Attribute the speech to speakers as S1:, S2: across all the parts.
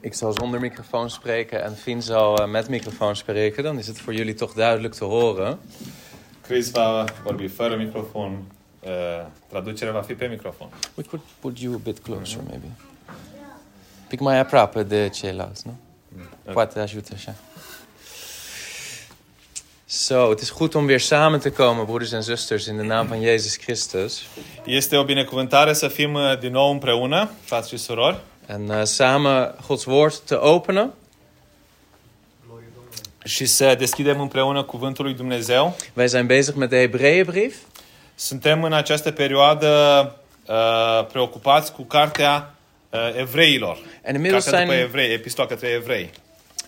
S1: ik zal zonder microfoon spreken en Fien zal eh, met microfoon spreken, dan is het voor jullie toch duidelijk te horen.
S2: Chris va vorbi fără microfon. Uh, Traducerea va fi pe microfon.
S1: We could put you a bit closer, maybe. Pic mai aproape eh, de ceilalți, nu? Poate ajută așa. Zo, het is goed om weer samen te komen, broeders en zusters, in de naam van Jezus Christus.
S2: Este o binecuvântare să fim uh, din nou împreună, frați și surori,
S1: En eh, samen Gods woord te openen.
S2: și să deschidem împreună cuvântul lui Dumnezeu.
S1: Wij zijn bezig met de Hebreeënbrief.
S2: Suntem în această perioadă uh, preocupați cu cartea uh, evreilor.
S1: En inmiddels,
S2: Cartea după
S1: zijn,
S2: evrei, epistola către evrei.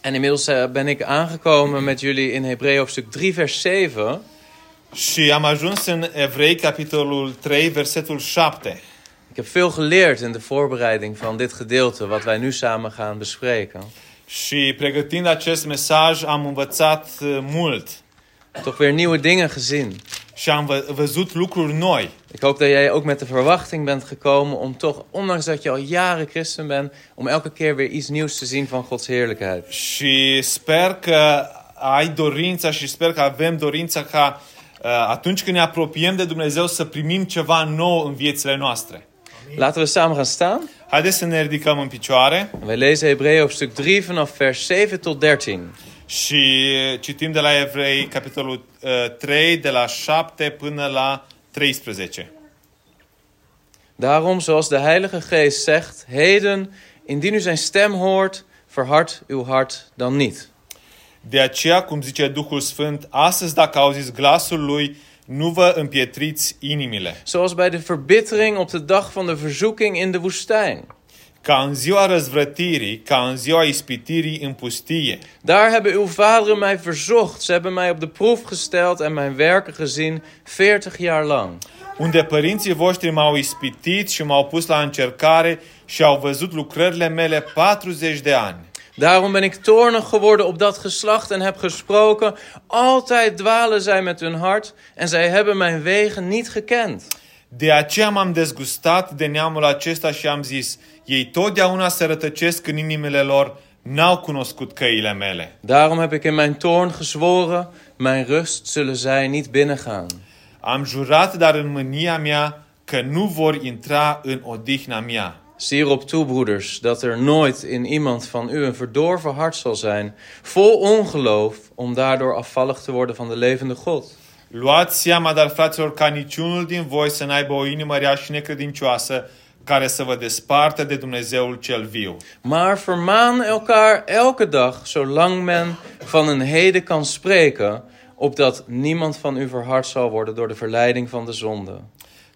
S1: en inmiddels eh, ben ik aangekomen met jullie in Hebreeën hoofdstuk 3, vers 7.
S2: Și am ajuns în Evrei, capitolul 3, versetul 7.
S1: Ik heb veel geleerd in de voorbereiding van dit gedeelte, wat wij nu samen gaan bespreken.
S2: Și pregătind acest mesaj am învățat uh, mult
S1: Toch weer nieuwe dingen gezien.
S2: și am vă- văzut lucruri noi.
S1: Ik hoop dat jij ook met de verwachting bent gekomen om toch, ondanks dat je al jaren christen bent, om elke keer weer iets nieuws te zien van Gods heerlijkheid.
S2: Și sper că ai dorința și sper că avem dorința ca uh, atunci când ne apropiem de Dumnezeu să primim ceva nou în viețile noastre.
S1: Laten we samen gaan staan.
S2: Haideți să ne ridicăm în picioare
S1: En Wij lezen Hebreeën hoofdstuk 3 vanaf vers 7 tot 13.
S2: și citim de la Evrei, capitolul uh, 3, de la 7 până la 13.
S1: Daarom, zoals de Heilige Geest zegt, heden, indien u zijn stem hoort, verhard uw hart dan niet.
S2: De aceea, cum zice Duhul Sfânt, astăzi dacă auziți glasul lui, nu vă împietriți inimile.
S1: Zoals bij de verbittering op de dag van de verzoeking in de woestijn.
S2: Ca în ziua răzvrătirii, ca în ziua ispitirii în pustie.
S1: Daar hebben uw vaderen mij verzocht. Ze hebben mij op de proef gesteld en mijn werken gezien, 40 jaar lang.
S2: unde părinții voștri m-au ispitit și m-au pus la încercare și au văzut lucrările mele 40 de ani.
S1: Daarom ben ik toornig geworden op dat geslacht en heb gesproken. Altijd dwalen zij met hun hart en zij hebben mijn wegen niet gekend.
S2: De aceea m-am dezgustat de neamul acesta și am zis, ei totdeauna se rătăcesc în inimile lor, n-au cunoscut căile mele.
S1: Daarom heb ik in mijn toorn gezworen, mijn rust zullen zij niet binnengaan.
S2: Am jurat, dar în mânia mea, că nu vor intra în odihna mea.
S1: Zie erop toe, broeders, dat er nooit in iemand van u een verdorven hart zal zijn, vol ongeloof, om daardoor afvallig te worden van de levende God.
S2: Luați seama, dar fraților, ca niciunul din voi să n-aibă o inimă rea și necredincioasă care să vă despartă de Dumnezeul cel viu.
S1: Maar vermaan elkaar elke dag, zolang men van een heden kan spreken, opdat niemand van u verhard zal worden door de verleiding van de zonde.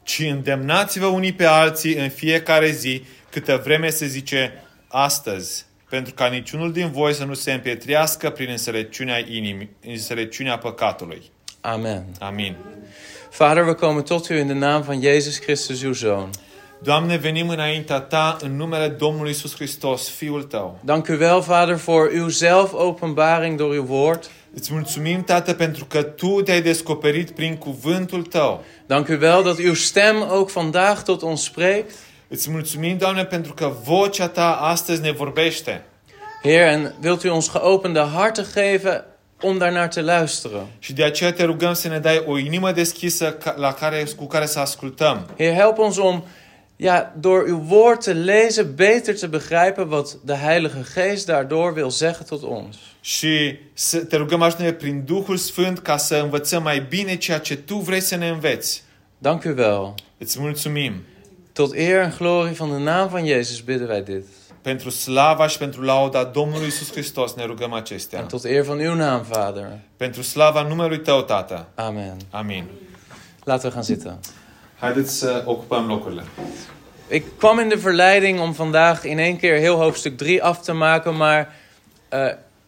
S2: ci îndemnați-vă unii pe alții în fiecare zi, câtă vreme se zice astăzi, pentru ca niciunul din voi să nu se împietrească prin înțelepciunea, inimii, înțelepciunea păcatului.
S1: Amen.
S2: Amin.
S1: Vader, we komen tot u in de naam van Jezus Christus, uw Zoon.
S2: Doamne, venim înaintea Ta în numele Domnului Isus Hristos, Fiul Tău.
S1: Dank u wel, Vader, voor uw zelfopenbaring door uw woord.
S2: Îți mulțumim, Tată, pentru că Tu te-ai descoperit prin cuvântul Tău.
S1: Dank u wel dat uw stem ook vandaag tot ons spreekt.
S2: Îți mulțumim, Doamne, pentru că vocea Ta astăzi ne vorbește.
S1: Heer, en wilt u ons geopende harten geven om daarnaar te luisteren?
S2: Și de aceea te rugăm să ne dai o inimă deschisă ca- la care, cu care să ascultăm.
S1: Heer, help ons om ja, door uw woord te lezen beter te begrijpen wat de Heilige Geest daardoor wil zeggen tot ons.
S2: Și să te rugăm ajută prin Duhul Sfânt ca să învățăm mai bine ceea ce Tu vrei să ne înveți.
S1: Dank u wel.
S2: Îți mulțumim
S1: Tot eer en glorie van de naam van Jezus bidden wij dit.
S2: pentru slava și pentru lauda Domnului Isus Hristos ne rugăm acestea.
S1: En tot eer van uw naam, Vader.
S2: Pentru slava numelui Tău, Tată.
S1: Amen.
S2: Amin.
S1: Laten we gaan zitten.
S2: Haideți să ocupăm locurile.
S1: Ik kwam in de verleiding om vandaag in één keer heel hoofdstuk 3 af te maken, maar eh,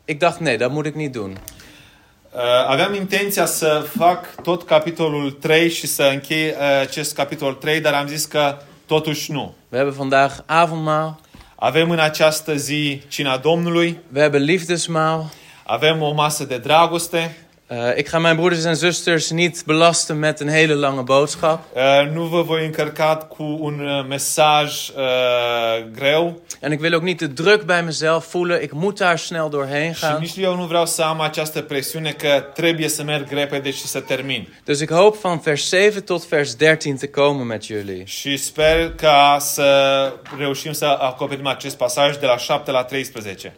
S1: ik dacht nee, dat moet ik niet doen.
S2: Uh, Aveam intenția să fac tot capitolul 3 și să închei uh, acest capitol 3, dar am zis că totuși nu.
S1: We hebben vandaag avondmaal,
S2: Avem în această zi cina Domnului,
S1: we hebben liefdesmaal,
S2: avem o masă de dragoste,
S1: Eh, ik ga mijn broeders en zusters niet belasten met een hele lange boodschap.
S2: Uh, nu vă voi încărca cu un uh, mesaj uh, greu
S1: En ik wil ook niet de druk bij mezelf voelen. Ik moet daar snel doorheen
S2: și
S1: gaan.
S2: nici eu nu vreau să am această presiune că trebuie să merg repede și să termin.
S1: Dus ik hoop van vers 7 tot vers 13 te komen met jullie.
S2: Și sper ca să reușim să acoperim acest pasaj de la 7 la 13.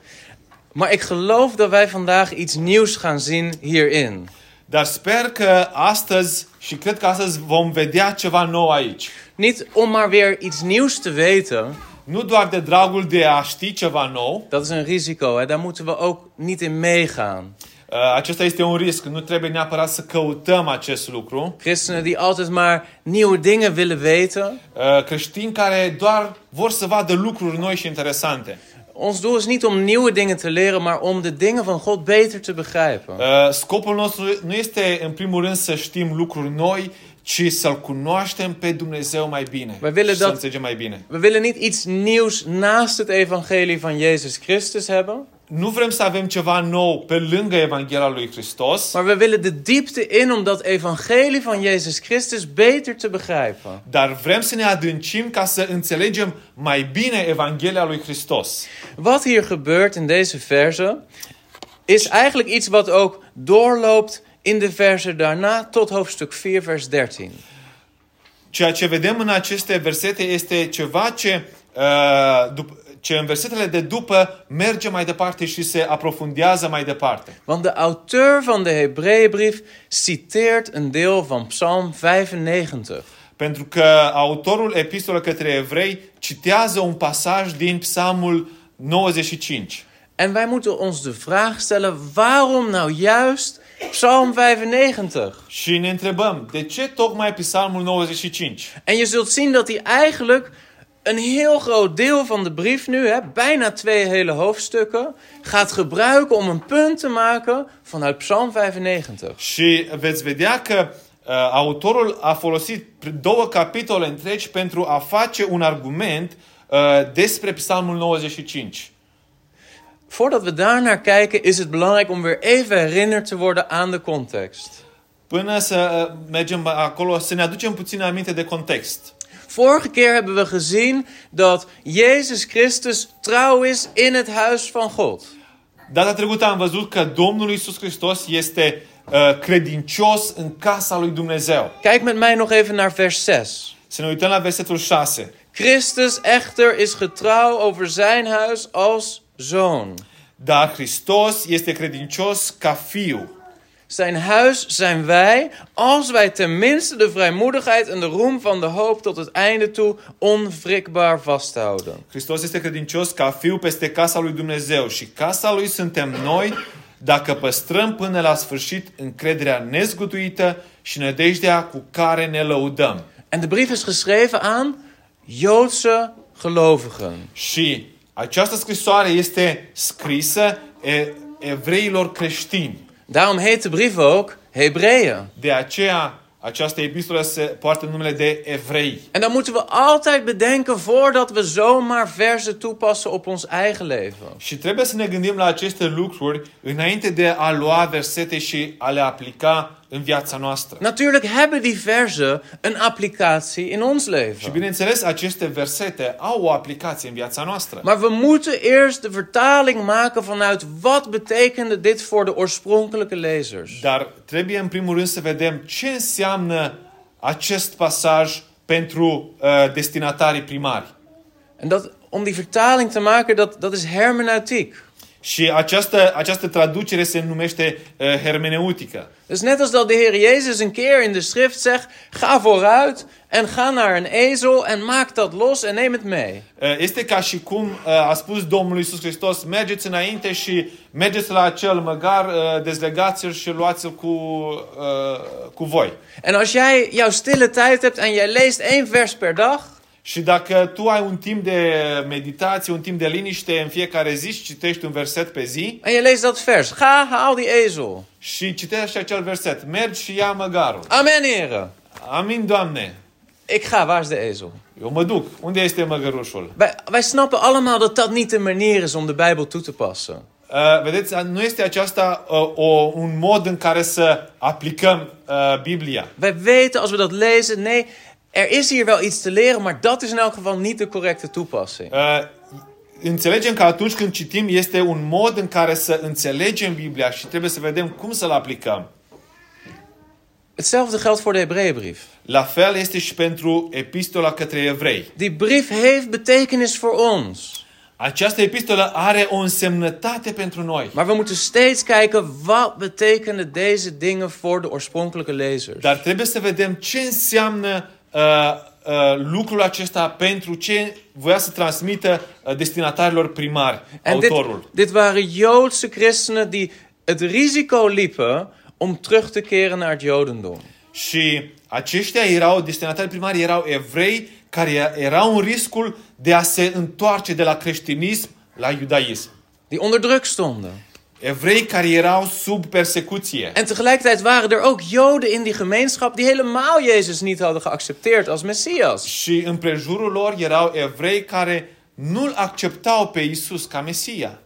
S1: Maar ik geloof dat wij vandaag iets nieuws gaan zien hierin.
S2: Dar sper că astăzi și cred că astăzi vom vedea ceva nou aici.
S1: Niet om maar weer iets nieuws te weten.
S2: Nu doar de dragul de a ști ceva nou,
S1: Dat is een risico. Hè? Daar moeten we ook niet in meegaan.
S2: uh, acesta este un risc. Nu trebuie neapărat să căutăm acest lucru.
S1: Christenen die altijd maar nieuwe dingen willen weten.
S2: Uh, Creștini care doar vor să vadă lucruri noi și interesante.
S1: Ons doel is niet om nieuwe dingen te leren, maar om de dingen van God beter te begrijpen.
S2: Uh, Scopul nostru nu este în primul rând să știm lucruri noi, ci să-L cunoaștem pe Dumnezeu mai bine.
S1: Bă, Vile,
S2: și să
S1: da-
S2: înțelegem mai bine.
S1: We willen niet iets nieuws naast het evangelie van Jezus Christus hebben.
S2: Nu vrem să avem ceva nou pe lângă Evanghelia lui Hristos,
S1: Maar we willen de diepte in om dat evangelie van Jezus Christus beter te begrijpen.
S2: dar vrem să ne adâncim ca să înțelegem mai bine Evanghelia lui Hristos.
S1: Wat hier gebeurt in deze verse is eigenlijk iets wat ook doorloopt in de verse daarna tot hoofdstuk 4 vers 13.
S2: Ceea ce vedem în aceste versete este ceva ce, uh, dup- ce în versetele de după merge mai departe și se aprofundează mai departe.
S1: Want de auteur van de Hebreeënbrief citeert een deel van Psalm 95.
S2: Pentru că autorul epistolei către evrei citează un pasaj din Psalmul 95.
S1: En wij moeten ons de vraag stellen: waarom nou juist Psalm 95?
S2: Și ne întrebăm, de ce tocmai Psalmul 95?
S1: En je zult zien dat hij eigenlijk een heel groot deel van de brief nu, hè, bijna twee hele hoofdstukken, gaat gebruiken om een punt te maken vanuit Psalm 95.
S2: Și veți vedea că uh, autorul a folosit pr- două capitole întregi pentru a face un argument uh, despre Psalmul 95.
S1: Voordat we daar naar kijken, is het belangrijk om weer even herinnerd te worden aan de context.
S2: Până să uh, mergem acolo, să ne aducem puțin aminte de context.
S1: Vorige keer hebben we gezien dat Jezus Christus trouw is in het huis van God.
S2: Data trecută am văzut că Domnul Isus Hristos este uh, credincios în casa lui Dumnezeu.
S1: Kijk met mij nog even naar vers 6.
S2: Să ne uităm la versetul 6.
S1: Christus echter is getrouw over zijn huis als zoon.
S2: Dar Hristos este credincios ca fiu.
S1: Zijn huis zijn wij, als wij tenminste de vrijmoedigheid en de roem van de hoop tot het einde toe onwrikbaar vasthouden.
S2: Hristos este credincios ca fiu peste casa lui Dumnezeu și casa lui suntem noi dacă păstrăm până la sfârșit încrederea nezgutuită și nădejdea cu care ne lăudăm.
S1: En de brief is geschreven aan Joodse gelovigen.
S2: Și această scrisoare este scrisă e- evreilor creștini.
S1: Daarom heet de brief ook Hebreeën.
S2: De aceea această epistolă se poartă numele de evrei.
S1: En dan moeten we altijd bedenken voordat we zomaar verzen toepassen op ons eigen leven.
S2: Și trebuie să ne gândim la aceste lucruri înainte de a lua versete și a le aplica în viața noastră.
S1: Natuurlijk hebben die verzen een applicatie in ons
S2: Și
S1: leven.
S2: bineînțeles, aceste versete au o aplicație în viața noastră.
S1: Maar we moeten eerst de vertaling maken vanuit wat betekende dit voor de oorspronkelijke lezers.
S2: Dar trebuie în primul rând să vedem ce înseamnă acest pasaj pentru uh, destinatarii primari.
S1: En dat, om die vertaling te maken, dat, dat is hermeneutiek.
S2: Și această, această traducere se numește uh, hermeneutică.
S1: Dus net als dat de Heer Jezus een keer in de schrift zegt, ga vooruit en ga naar een ezel en maak dat los en neem het mee.
S2: Uh, Este ca și cum uh, a spus Domnul Iisus Hristos, mergeți înainte și mergeți la acel măgar, uh, dezlegați-l și luați-l cu, uh, cu voi.
S1: En als jij jouw stille tijd hebt en jij leest één vers per dag,
S2: Și dacă tu ai un timp de meditație, un timp de liniște în fiecare zi și citești un verset pe zi
S1: en je leest dat vers, ga haal die ezel.
S2: și citești acel verset, mergi și ia măgarul.
S1: Amen, heren.
S2: Amin, Doamne!
S1: Ik ga, waar is de ezel?
S2: Eu mă duc. Unde este măgărușul?
S1: Wij, wij snappen allemaal dat dat niet de manier is om de Bijbel toe te passen.
S2: Uh, vedeți, nu este aceasta uh, o, un mod în care să aplicăm uh, Biblia.
S1: Wij weten als we dat lezen, nee, er is hier wel iets te leren, maar dat is in elk geval niet de correcte toepassing.
S2: Uh, înțelegem că atunci când citim este un mod în care să înțelegem Biblia și trebuie să vedem cum să-l aplicăm.
S1: Hetzelfde geldt voor de Hebreeënbrief.
S2: La fel este și pentru epistola către evrei.
S1: Die brief heeft betekenis voor ons.
S2: Această epistolă are o însemnătate pentru noi.
S1: Maar we moeten steeds kijken wat betekenen deze dingen voor de oorspronkelijke lezers.
S2: Dar trebuie să vedem ce înseamnă uh, uh, lucrul acesta pentru ce voia să transmită uh, destinatarilor primari,
S1: En dit,
S2: autorul.
S1: dit waren Joodse christenen die het risico liepen om terug te keren naar het Jodendom.
S2: Și aceștia erau, destinatari primari erau evrei care erau în riscul de a se întoarce de la creștinism la iudaism.
S1: Die onder druk stonden.
S2: Evrei care erau sub persecuție.
S1: En tegelijkertijd waren er ook Joden in die gemeenschap die helemaal Jezus niet hadden geaccepteerd als Messias.
S2: Și în prejurul lor erau evrei care nu-l acceptau pe Isus ca Mesia.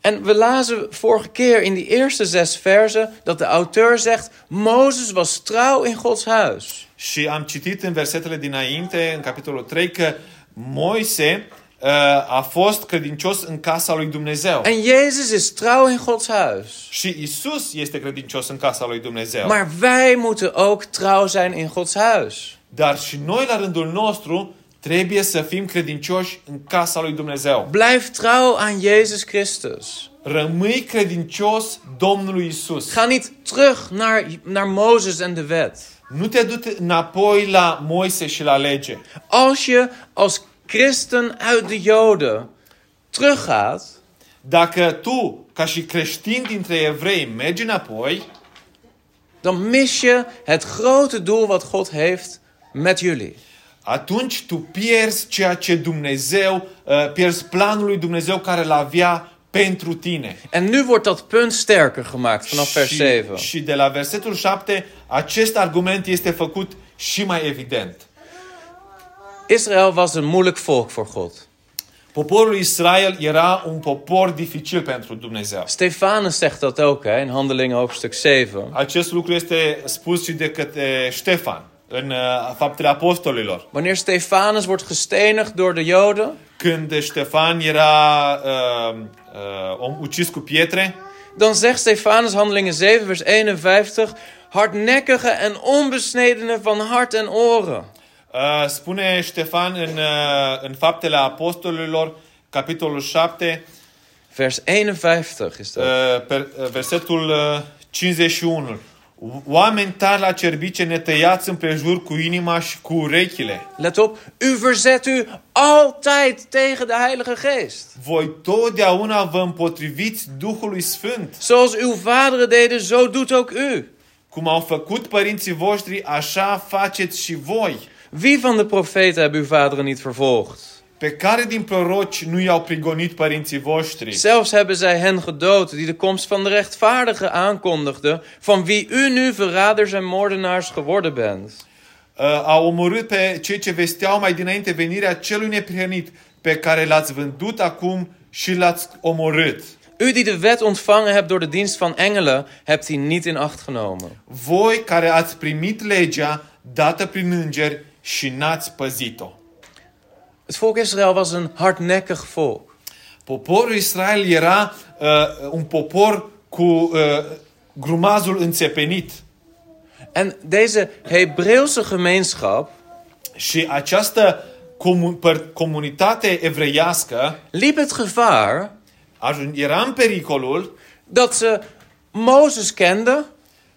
S1: En we lazen vorige keer in die eerste zes versen dat de auteur zegt: Mozes was trouw in Gods huis.
S2: Și am citit în versetele dinainte, în capitolul 3, că Moise uh, a fost credincios în casa lui Dumnezeu.
S1: En Jezus is trouw in Gods huis.
S2: Și Isus este credincios în casa lui Dumnezeu.
S1: Maar wij moeten ook trouw zijn in Gods huis.
S2: Dar și noi, la rândul nostru, trebuie să fim credincioși în casa lui Dumnezeu.
S1: Blijf trouw aan Jezus Christus.
S2: Rămâi credincios Domnului Isus.
S1: Ga niet terug naar, naar Mozes en de wet.
S2: Nu te du înapoi la Moise și la lege.
S1: Als je als christen uit de Joden teruggaat,
S2: Dacă tu, ca și creștin dintre evrei, mergi înapoi,
S1: dan mis je het grote doel wat God heeft met jullie.
S2: atunci tu pierzi ceea ce Dumnezeu, uh, pierzi planul lui Dumnezeu care l avea pentru tine.
S1: En nu wordt dat punt sterker gemaakt vanaf vers
S2: și,
S1: 7.
S2: și de la versetul 7, acest argument este făcut și mai evident.
S1: Israël was een moeilijk volk voor God.
S2: Poporul Israel era un popor dificil pentru Dumnezeu.
S1: Stefanus zegt dat ook hè, in Handelingen hoofdstuk 7.
S2: Acest lucru este spus și de către Ștefan în uh, Faptele Apostolilor.
S1: Wanneer Stefanus wordt gestenigd door de Joden,
S2: Când Ștefan era uh, uh, om ucis cu pietre,
S1: dan zegt Stefanus Handelingen 7 vers 51: hardnekkige en onbesnedenen van hart en oren.
S2: uh, spune Ștefan în, uh, în Faptele Apostolilor, capitolul 7,
S1: Vers 51 is dat.
S2: uh, per, uh, versetul uh, 51. Oameni tari la cerbice netăiați împrejur cu inima și cu urechile.
S1: Let op, u verzet u altijd tegen de Heilige Geest.
S2: Voi totdeauna vă împotriviți Duhului Sfânt.
S1: Zoals uw vaderen deden, zo doet ook u.
S2: Cum au făcut părinții voștri, așa faceți și voi.
S1: Wie van de profeten hebben uw vaderen niet vervolgd?
S2: Pe care din proroci nu i-au prigonit părinții voștri?
S1: Zelfs hebben zij hen gedood die de komst van de rechtvaardige aankondigden, van wie u nu verraders en moordenaars geworden bent.
S2: Uh, au omorât pe cei ce vesteau mai dinainte venirea celui neprihănit, pe care l-ați vândut acum și l-ați omorât.
S1: U die de wet ontvangen hebt door de dienst van engelen, hebt die niet in acht genomen.
S2: Voi care ați primit legea dată prin îngeri și n-ați păzit-o.
S1: Het volk Israël was een hardnekkig volk.
S2: Poporul Israel era uh, un popor cu uh, grumazul înțepenit.
S1: En deze Hebreeuwse gemeenschap
S2: Și această comu- păr- comunitate evreiască
S1: liep het gevaar
S2: ajun- era în pericolul
S1: dat ze Mozes kenden,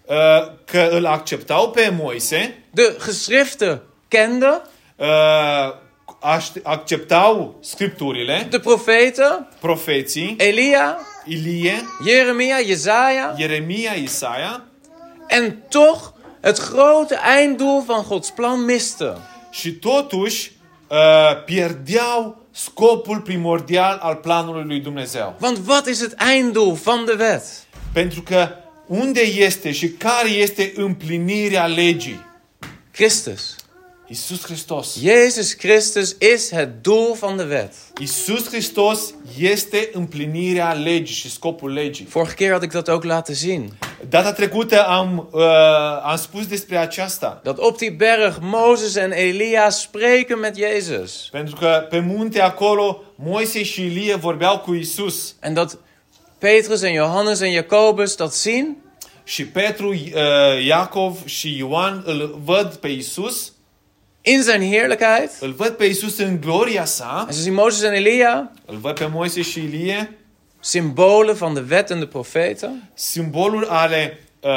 S2: uh, că îl acceptau pe Moise,
S1: de geschriften kenden,
S2: uh, aș- acceptau scripturile,
S1: de profeten,
S2: profeții,
S1: Elia,
S2: Ilie,
S1: Jeremia, Jezaja.
S2: Ieremia, Isaia
S1: En toch het grote einddoel van Gods plan misten.
S2: și totuși uh, pierdeau scopul primordial al planului lui Dumnezeu.
S1: Want wat is het einddoel van de wet?
S2: Pentru că unde este și care este împlinirea legii?
S1: Christus.
S2: Isus Hristos.
S1: Jezus Christus is het doel van de wet.
S2: Isus Hristos este împlinirea legii și scopul legii.
S1: Vorige keer had ik dat ook laten zien.
S2: Data trecută am, uh, am spus despre aceasta.
S1: Dat op die berg Mozes en Elia spreken met Jezus.
S2: Pentru că pe munte acolo Moise și Ilie vorbeau cu Isus
S1: En dat Petrus en Johannes en Jacobus dat zien.
S2: și Petru, uh, Iacov și Ioan îl văd pe Isus,
S1: In zijn heerlijkheid.
S2: îl văd pe Isus în gloria sa,
S1: En ze zien Mozes en Elia.
S2: îl văd pe Moise și Ilie,
S1: Symbolen van de wet en de profeten.
S2: simbolul ale uh,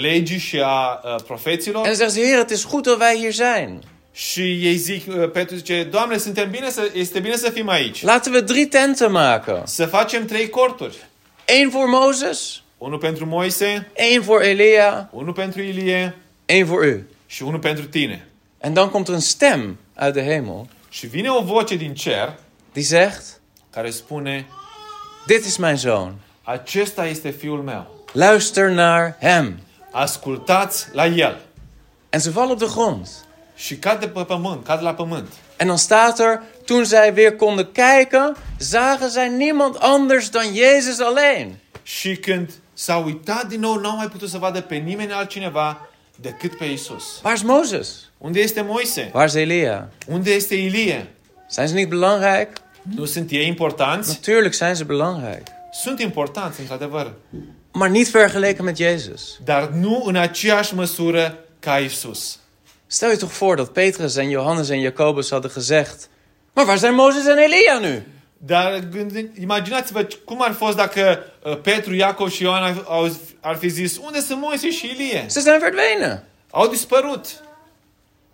S2: legii și a uh, profeților
S1: En dan zeggen ze, Heer, het is goed dat wij hier zijn.
S2: și ei zic, uh, Petru zice, Doamne, suntem bine să, este bine să fim aici.
S1: Laten we drie tenten maken.
S2: Să facem trei corturi.
S1: Eén voor Mozes.
S2: Unul pentru Moise,
S1: één voor Elia.
S2: unul pentru Ilie
S1: één voor u.
S2: și unul pentru tine.
S1: En dan komt er een stem uit de hemel.
S2: Și vine o voce din cer
S1: Die zegt,
S2: care spune,
S1: dit is mijn zoon.
S2: acesta este fiul meu.
S1: Luister naar hem.
S2: Ascultați la el.
S1: En ze vallen op de grond.
S2: Și cad de pe pământ, cad la pământ.
S1: En dan staat er, toen zij weer konden kijken, zagen zij niemand anders dan Jezus alleen.
S2: Și când s-a uitat din nou, n-au mai putut să vadă pe nimeni altcineva decât pe Isus.
S1: Waar is Mozes?
S2: Unde este Moise?
S1: Waar is Elia?
S2: Unde este Ilie?
S1: Zijn ze niet belangrijk?
S2: Nu sunt ei importanți?
S1: Natuurlijk zijn ze belangrijk.
S2: Sunt importanți, într-adevăr,
S1: Maar niet vergeleken met Jezus.
S2: dar nu în aceeași măsură ca Isus.
S1: Stel je toch voor dat Petrus en Johannes en Jacobus hadden gezegd... Maar waar zijn Mozes en Elia nu?
S2: Dar gândi, imaginați-vă cum ar fi fost dacă uh, Petru, Iacov și Ioan ar, au, ar fi zis Unde sunt Moise și Ilie?
S1: Ze zijn verdwenen.
S2: Au dispărut.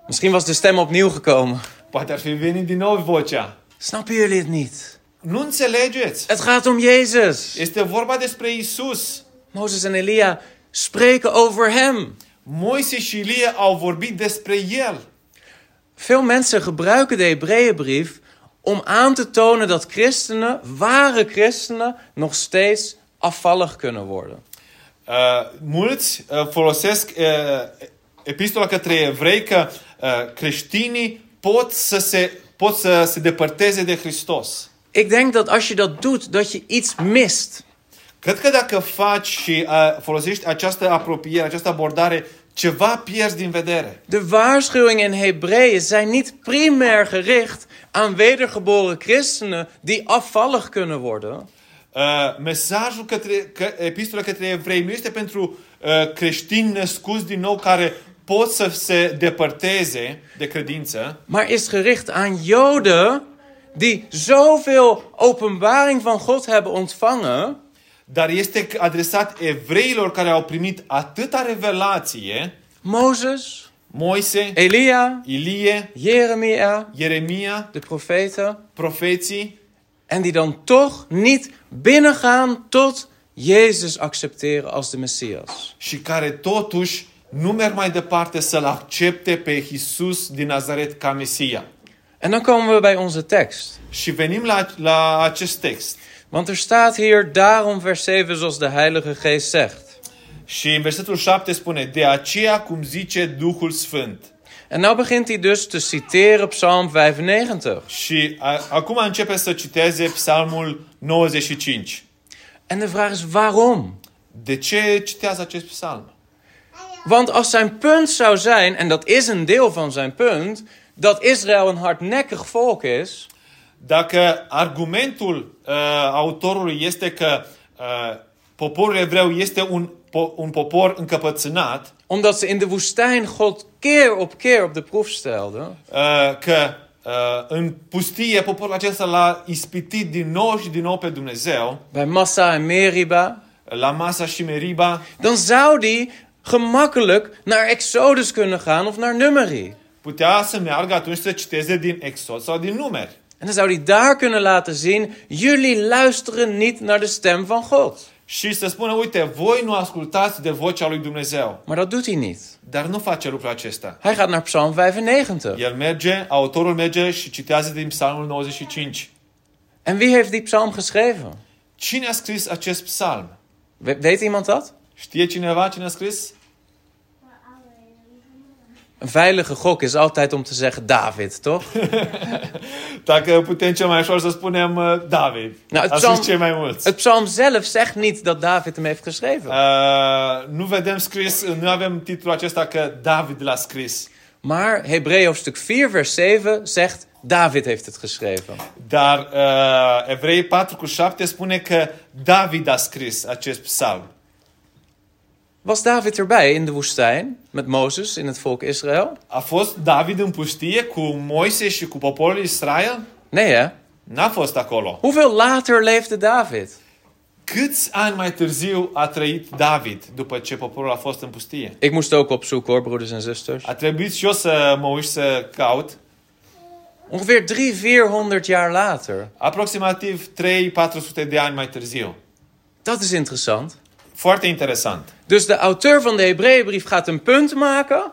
S1: Misschien was de stem opnieuw gekomen.
S2: Poate ar fi venit din nou vocea.
S1: Snappen jullie het niet?
S2: Nu înțelegeți.
S1: Het gaat om Jezus.
S2: Este vorba despre Isus.
S1: Mozes en Elia spreken over hem.
S2: Moise și Ilie au vorbit despre El.
S1: Veel mensen gebruiken de Hebreeënbrief om aan te tonen dat christenen, ware christenen, nog steeds afvallig kunnen worden.
S2: Uh, mulți uh, folosesc uh, epistola către evrei că uh, creștinii pot să, se, pot să se depărteze de Hristos.
S1: Ik denk dat als je dat doet, dat je iets mist.
S2: Cred că dacă faci și uh, folosești această apropiere, această abordare, ceva pierzi din vedere.
S1: De waarschuwingen in Hebreeën zijn niet primair gericht aan wedergeboren christenen die afvallig kunnen worden.
S2: Uh, mesajul către, că, epistola către evrei nu este pentru uh, creștini născuți din nou care pot să se depărteze de credință,
S1: maar is gericht aan Joden die zoveel openbaring van God hebben ontvangen,
S2: dar este adresat evreilor care au primit atâta revelație,
S1: Mozes,
S2: Moise,
S1: Elia,
S2: Ilie,
S1: Jeremia,
S2: Ieremia,
S1: de profeten,
S2: profeții,
S1: en die dan toch niet binnengaan tot Jezus accepteren als de Messias.
S2: și care totuși nu merg mai departe să-L accepte pe Isus din Nazaret ca Mesia.
S1: En dan komen we bij onze tekst.
S2: Și venim la, la acest text.
S1: Want er staat hier daarom vers 7 zoals de Heilige Geest zegt.
S2: Și în versetul 7 spune, De aceea cum zice Duhul Sfânt.
S1: En nou begint hij dus te citeren Psalm 95.
S2: Și a, acum începe să citeze psalmul 95.
S1: En de vraag is waarom?
S2: De ce citează acest psalm?
S1: Want als zijn punt zou zijn, en dat is een deel van zijn punt, dat Israël een hardnekkig volk is,
S2: Dacă argumentul uh, autorului este că uh, poporul evreu este un, po- un popor încăpățânat,
S1: omdat ze in de woestijn God keer op keer op de proef stelden,
S2: uh, că uh, în pustie poporul acesta l-a ispitit din nou și din nou pe Dumnezeu,
S1: bij Massa en Meriba,
S2: la Masa și Meriba,
S1: dan zou die gemakkelijk naar Exodus kunnen gaan of naar Numeri.
S2: putea să meargă atunci să citeze din Exod sau din Numeri.
S1: En dan zou die daar kunnen laten zien, jullie luisteren niet naar de stem van God.
S2: Și să spună, uite, voi nu ascultați de vocea lui Dumnezeu.
S1: Maar dat doet hij niet.
S2: Dar nu face lucrul acesta.
S1: Hij gaat naar Psalm 95.
S2: El merge, autorul merge și citează din Psalmul 95.
S1: En wie heeft die psalm geschreven?
S2: Cine a scris acest psalm?
S1: We- Weet iemand dat?
S2: Știe cineva cine a scris?
S1: Een veilige gok is altijd om te zeggen David, toch?
S2: Dacă putem cel mai ușor să spunem uh, David.
S1: Da,
S2: Ați
S1: Psalm- Uh,
S2: zis cei mai mulți.
S1: Het psalm zelf zegt niet dat David hem heeft geschreven.
S2: Uh, nu vedem scris, nu avem titlul acesta că David l-a scris.
S1: Maar Hebreeën hoofdstuk 4 vers 7 zegt David heeft het geschreven.
S2: Dar uh, Evrei 4 cu 7 spune că David a scris acest psalm.
S1: Was David erbij in de woestijn met Mozes in het volk Israël?
S2: A fost David în puștie cu Moise și cu poporul Israel?
S1: Nee hè?
S2: N-a fost acolo.
S1: Hoeveel later leefde David?
S2: Câți ani mai târziu a trăit David după ce poporul a fost în pustie?
S1: Ik moest ook opzoeken hoor, broeders en zusters.
S2: A trebuit și eu să mă uit să caut.
S1: Ongeveer 300, 400 jaar later.
S2: Aproximativ 3-400 de ani mai târziu.
S1: Dat is interessant.
S2: Foarte interesant.
S1: Dus de auteur van de Hebreeënbrief gaat een punt maken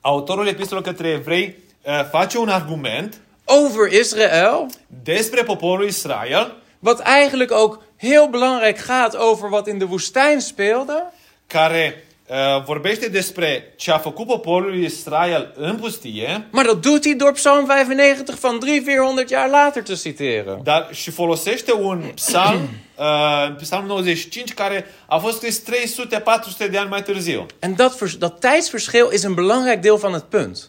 S2: Autorul epistolei către evrei uh, face un argument
S1: over Israël.
S2: despre poporul Israel
S1: Wat eigenlijk ook heel belangrijk gaat over wat in de woestijn speelde.
S2: care uh, vorbește despre ce a făcut poporul Israel în pustie,
S1: Maar dat doet hij door Psalm 95 van 300, 400 jaar later te citeren.
S2: dar și folosește un psalm, uh, psalmul 95, care a fost scris 300-400 de ani mai târziu.
S1: En dat, vers- dat tijdsverschil is een belangrijk deel van het punt.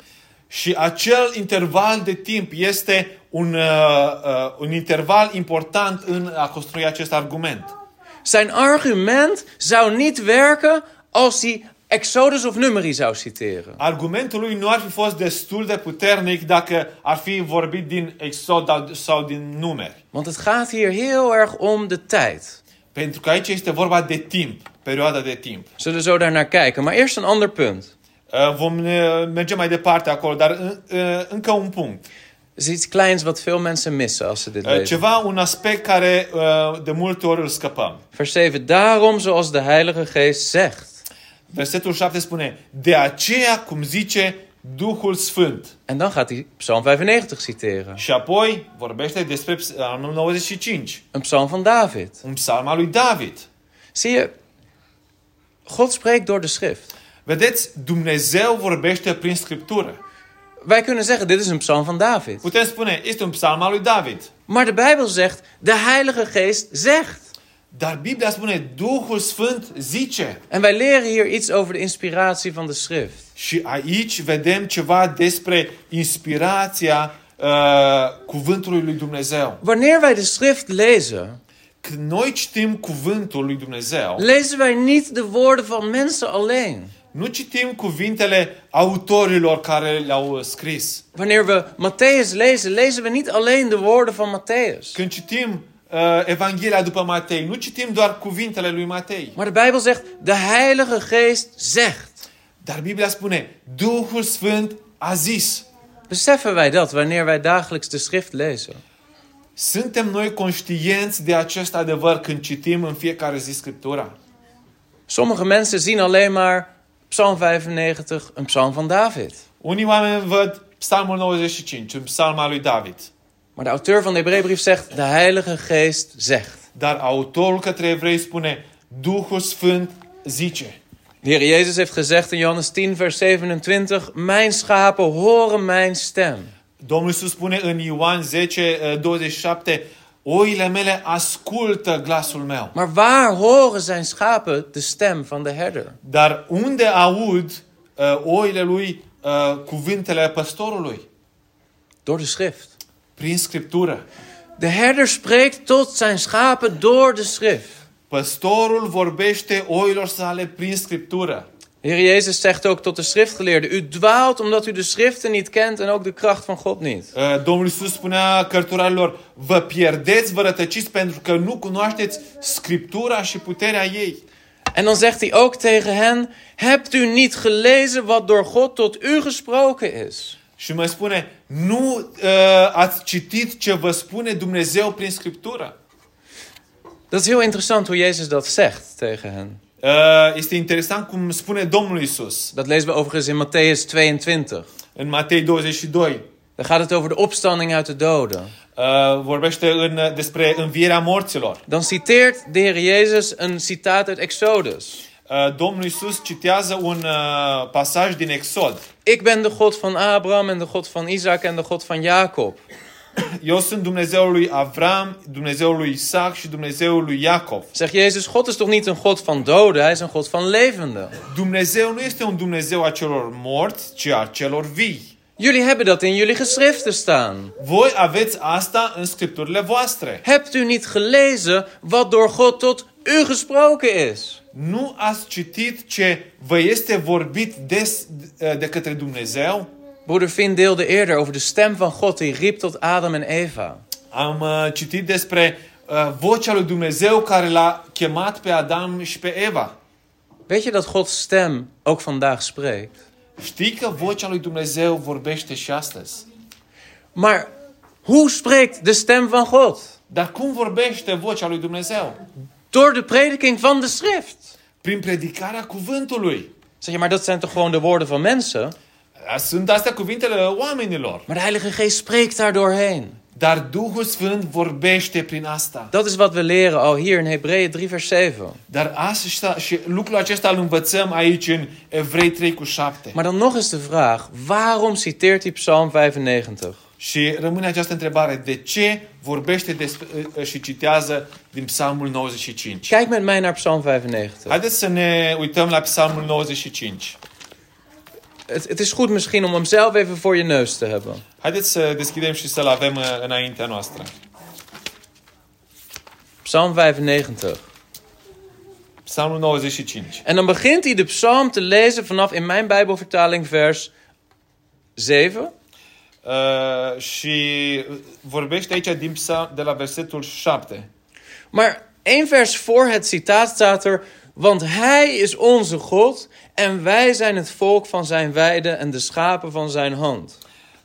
S2: Și acel interval de timp este un, uh, uh, un interval important în a construi acest argument.
S1: Zijn argument zou niet werken als hij Exodus of Numeri zou citeren.
S2: Argumentul lui nu ar fi fost destul de puternic dacă ar fi vorbit din Exod sau din numeri.
S1: Want het gaat hier heel erg om de tijd.
S2: Pentru că aici este vorba de timp, perioada de timp.
S1: We zullen zo daarnaar kijken. Maar eerst een ander punt.
S2: Uh, Vom uh, merge mai departe acolo, dar în- uh, încă un punct.
S1: Dat is iets kleins wat veel mensen missen als ze dit
S2: Uh,
S1: lezen.
S2: Ceva, un aspect care uh, de multe ori îl scăpăm.
S1: Vers 7. Daarom zoals de Heilige Geest zegt.
S2: Versetul 7 spune, de aceea cum zice Duhul Sfânt.
S1: En dan gaat hij Psalm 95 citeren.
S2: Și apoi vorbește despre psalmul 95,
S1: Een psalm van David.
S2: un psalm al lui David.
S1: Zie je, God spreekt door de schrift.
S2: Vedeți, Dumnezeu vorbește prin Scriptură.
S1: Wij kunnen zeggen, dit is een psalm van David.
S2: Putem spune, este un psalm al lui David.
S1: Maar de Bijbel zegt, de Heilige Geest zegt.
S2: Dar Biblia spune, Duhul Sfânt zice.
S1: En wij leren hier iets over de inspiratie van de schrift.
S2: Și aici vedem ceva despre inspirația uh, cuvântului lui Dumnezeu.
S1: Wanneer wij de schrift lezen,
S2: Când noi citim cuvântul lui Dumnezeu,
S1: lezen wij niet de woorden van mensen alleen.
S2: nu citim cuvintele autorilor care le-au scris.
S1: Wanneer we Matthäus lezen, lezen we niet alleen de woorden van Matthäus.
S2: Când citim uh, Evanghelia după Matei, nu citim doar cuvintele lui Matei,
S1: Maar de Bijbel zegt, de Heilige Geest zegt.
S2: dar Biblia spune, Duhul Sfânt a zis.
S1: Beseffen wij dat wanneer wij dagelijks de schrift lezen?
S2: Suntem noi conștienți de acest adevăr când citim în fiecare zi Scriptura?
S1: Sommige mensen zien alleen maar Psalm 95, een psalm van David.
S2: Unii oameni văd Psalmul 95, un psalm al lui David,
S1: Maar de auteur van de Hebreeënbrief zegt, de Heilige Geest zegt.
S2: dar autorul către evrei spune, Duhul Sfânt zice.
S1: De Heer Jezus heeft gezegd in Johannes 10, vers 27, mijn schapen horen mijn stem.
S2: Domnul Iisus spune în Ioan 10, uh, 27, Oile mele ascultă glasul meu.
S1: Maar waar horen zijn schapen de stem van de herder?
S2: Dar unde aud uh, oile lui uh, cuvintele păstorului?
S1: Door de schrift.
S2: Prin Scriptură.
S1: De herder spreekt tot zijn schapen door de schrift.
S2: Păstorul vorbește oilor sale prin Scriptură.
S1: De Heer Jezus zegt ook tot de schriftgeleerden, u dwaalt omdat u de schriften niet kent en ook de kracht van God niet.
S2: Uh, Domnul Iisus spunea cărturarilor, vă pierdeți, vă rătăciți pentru că nu cunoașteți Scriptura și puterea ei.
S1: En dan zegt hij ook tegen hen: Hebt u niet gelezen wat door God tot u gesproken is?
S2: Și mai spune, nu uh, ați citit ce vă spune Dumnezeu prin Scriptură.
S1: Dat is heel interessant hoe Jezus dat zegt tegen hen.
S2: Uh, este interesant cum spune Domnul Iisus
S1: Dat lezen we overigens in Matthäus 22.
S2: în Matei 22.
S1: Daar gaat het over de opstanding uit de doden.
S2: Uh, vorbește în, despre învierea morților.
S1: Dan citeert de Heer Jezus een citaat uit Exodus.
S2: uh, Domnul Isus citează un uh, pasaj din Exod.
S1: Ik ben de God van Abraham en de God van Isaac en de God van Jacob.
S2: Eu sunt Dumnezeul lui Avram, Dumnezeul lui Isaac și Dumnezeul lui Iacov.
S1: Zegt Jezus, God is toch niet een God van doden, hij is een God van levenden.
S2: Dumnezeu nu este un Dumnezeu a celor morți, ci a celor vii.
S1: Jullie hebben dat in jullie geschriften staan.
S2: Voi aveți asta în scripturile voastre.
S1: Hebt u niet gelezen wat door God tot u gesproken is?
S2: Nu ați citit ce vă este vorbit des, uh, de către Dumnezeu?
S1: Broeder Finn deelde eerder over de stem van God die riep tot Adam en Eva.
S2: Am uh, citit despre uh, vocea lui Dumnezeu care l-a chemat pe Adam și pe Eva.
S1: Weet je dat Gods stem ook vandaag spreekt?
S2: Știi că vocea lui Dumnezeu vorbește și astăzi.
S1: Maar hoe spreekt de stem van God?
S2: Dar cum vorbește vocea lui Dumnezeu?
S1: Door de prediking van de schrift.
S2: Prin predicarea cuvântului. Da,
S1: Zeg je, maar dat zijn toch gewoon de woorden van mensen?
S2: Sunt astea cuvintele oamenilor.
S1: Maar de Heilige Geest spreekt daar doorheen.
S2: Dar Duhul Sfânt vorbește prin asta.
S1: Dat is wat we leren al hier in Hebreeën 3 vers 7.
S2: Dar asta și lucrul acesta îl învățăm aici în Evrei 3 cu 7.
S1: Maar dan nog eens de vraag, waarom citeert hij Psalm 95?
S2: Și rămâne această întrebare, de ce vorbește despre, ă, și citează din Psalmul 95?
S1: Kijk met mij naar Psalm 95.
S2: Haideți să ne uităm la Psalmul 95.
S1: Het, het is goed misschien om hem zelf even voor je neus te hebben.
S2: Haideți să deschidem și să-l avem uh, înaintea noastră.
S1: Psalm 95.
S2: Psalmul 95.
S1: En dan begint hij de psalm te lezen vanaf in mijn Bijbelvertaling vers 7.
S2: Uh, și vorbește aici din psa, de la versetul 7.
S1: Maar één vers voor het citaat staat er... Want hij is onze God en wij zijn het volk van zijn weide en de schapen van zijn hand.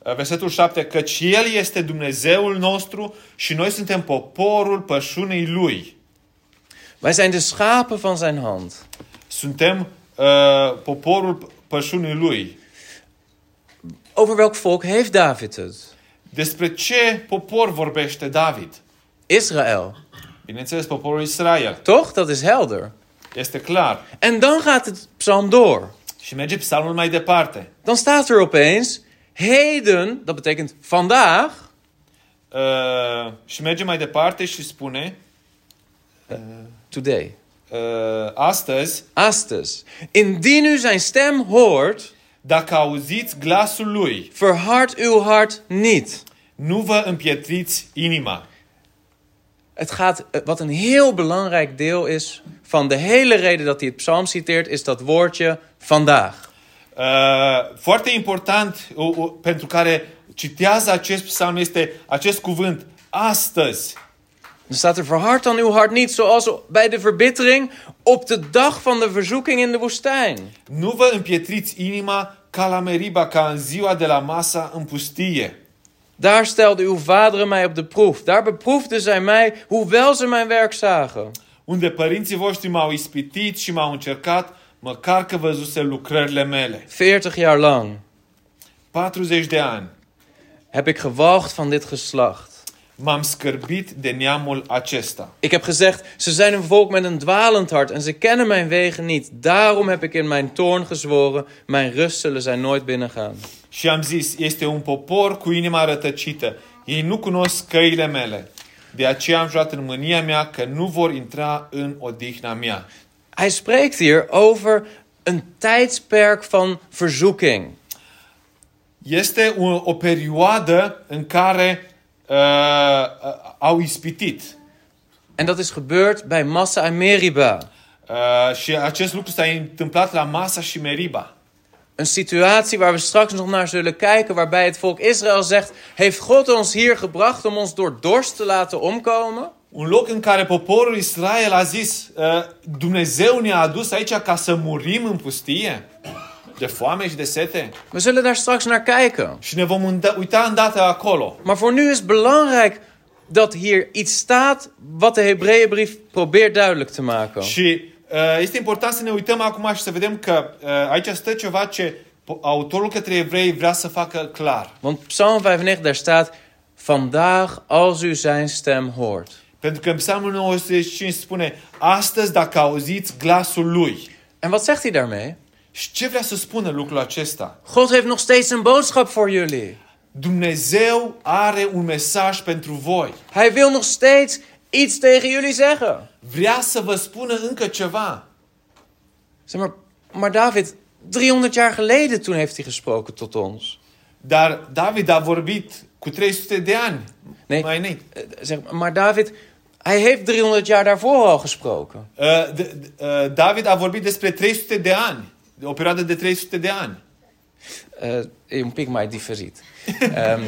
S2: Uh, Versetul 7, căci El este Dumnezeul nostru și noi suntem poporul pășunii Lui.
S1: Wij zijn de schapen van zijn hand.
S2: Suntem uh, poporul pășunii Lui.
S1: Over welk volk heeft David het?
S2: Despre ce popor vorbește David?
S1: Israël.
S2: Bineînțeles, poporul Israel.
S1: Toch? Dat is helder.
S2: Este clar.
S1: En dan gaat het psalm door.
S2: Și merge psalmul mai departe.
S1: Dan staat er opeens, heden, dat betekent vandaag,
S2: Uh, și merge mai departe și spune,
S1: today,
S2: uh, astăzi,
S1: astes. Indien u zijn stem hoort,
S2: dacă auziți glasul Lui,
S1: verhard uw hart niet.
S2: nu vă împietriți inima.
S1: Het gaat, eh, wat een heel belangrijk deel is van de hele reden dat hij het psalm citeert, is dat woordje vandaag.
S2: Uh, foarte important o, o, pentru care citează acest psalm este acest cuvânt astăzi.
S1: Dan staat er verhard dan uw hart niet, zoals bij de verbittering op de dag van de verzoeking in de woestijn.
S2: Nu vă împietriți inima ca la Meriba, ca în ziua de la masa în pustie.
S1: Daar stelden uw vaderen mij op de proef. Daar beproefden zij mij, hoewel ze mijn werk zagen.
S2: Unde părinții voștri m-au ispitit și m-au încercat, măcar că văzuse lucrările mele.
S1: 40 jaar lang
S2: 40 de ani
S1: heb ik gewalgd van dit geslacht.
S2: m-am scârbit de neamul acesta.
S1: Ik heb gezegd, ze zijn een volk met een dwalend hart en ze kennen mijn wegen niet. Daarom heb ik in mijn toorn gezworen, mijn rust zullen zij nooit binnengaan.
S2: Și am zis, este un popor cu inima rătăcită. Ei nu cunosc căile mele. De aceea am jurat în mânia mea că nu vor intra în odihna mea.
S1: Hij spreekt hier over een tijdsperk van verzoeking.
S2: Este o, o perioadă în care uh, uh, au ispitit.
S1: En dat is gebeurd bij Massa en Meriba.
S2: Uh, și acest lucru s-a întâmplat la Masa și Meriba.
S1: Een situatie waar we straks nog naar zullen kijken, waarbij het volk Israël zegt: Heeft God ons hier gebracht om ons door dorst te laten omkomen?
S2: Un loc în care poporul Israel a zis, uh, Dumnezeu ne-a adus aici ca să murim în pustie, de foame și de sete.
S1: We zullen daar straks naar kijken.
S2: Și ne vom unda- uita îndată acolo.
S1: Maar voor nu is het belangrijk dat hier iets staat wat de Hebreeënbrief probeert duidelijk te maken.
S2: Și uh, este important să ne uităm acum și să vedem că uh, aici stă ceva ce po- autorul către evrei vrea să facă clar.
S1: Want Psalm 95, daar staat: Vandaag, als u zijn stem hoort.
S2: Pentru că în Psalmul 95 spune, astăzi dacă auziți glasul lui.
S1: En wat zegt hij daarmee?
S2: Și ce vrea să spună lucrul acesta?
S1: God heeft nog steeds een boodschap voor jullie.
S2: Dumnezeu are un mesaj pentru voi.
S1: Hij wil nog steeds iets tegen jullie zeggen.
S2: Vrea să vă spună încă ceva.
S1: Zeg maar, maar David, 300 jaar geleden toen heeft hij gesproken tot ons.
S2: Dar David a vorbit cu 300 de ani
S1: Nee.
S2: mai înainte.
S1: Eh, Zeg maar, maar David, hij heeft 300 jaar daarvoor al gesproken.
S2: Uh, d- d- uh, David a vorbit despre 300 de ani, o perioadă de 300 de ani.
S1: Eh, e un pik mij die verziet. Ehm,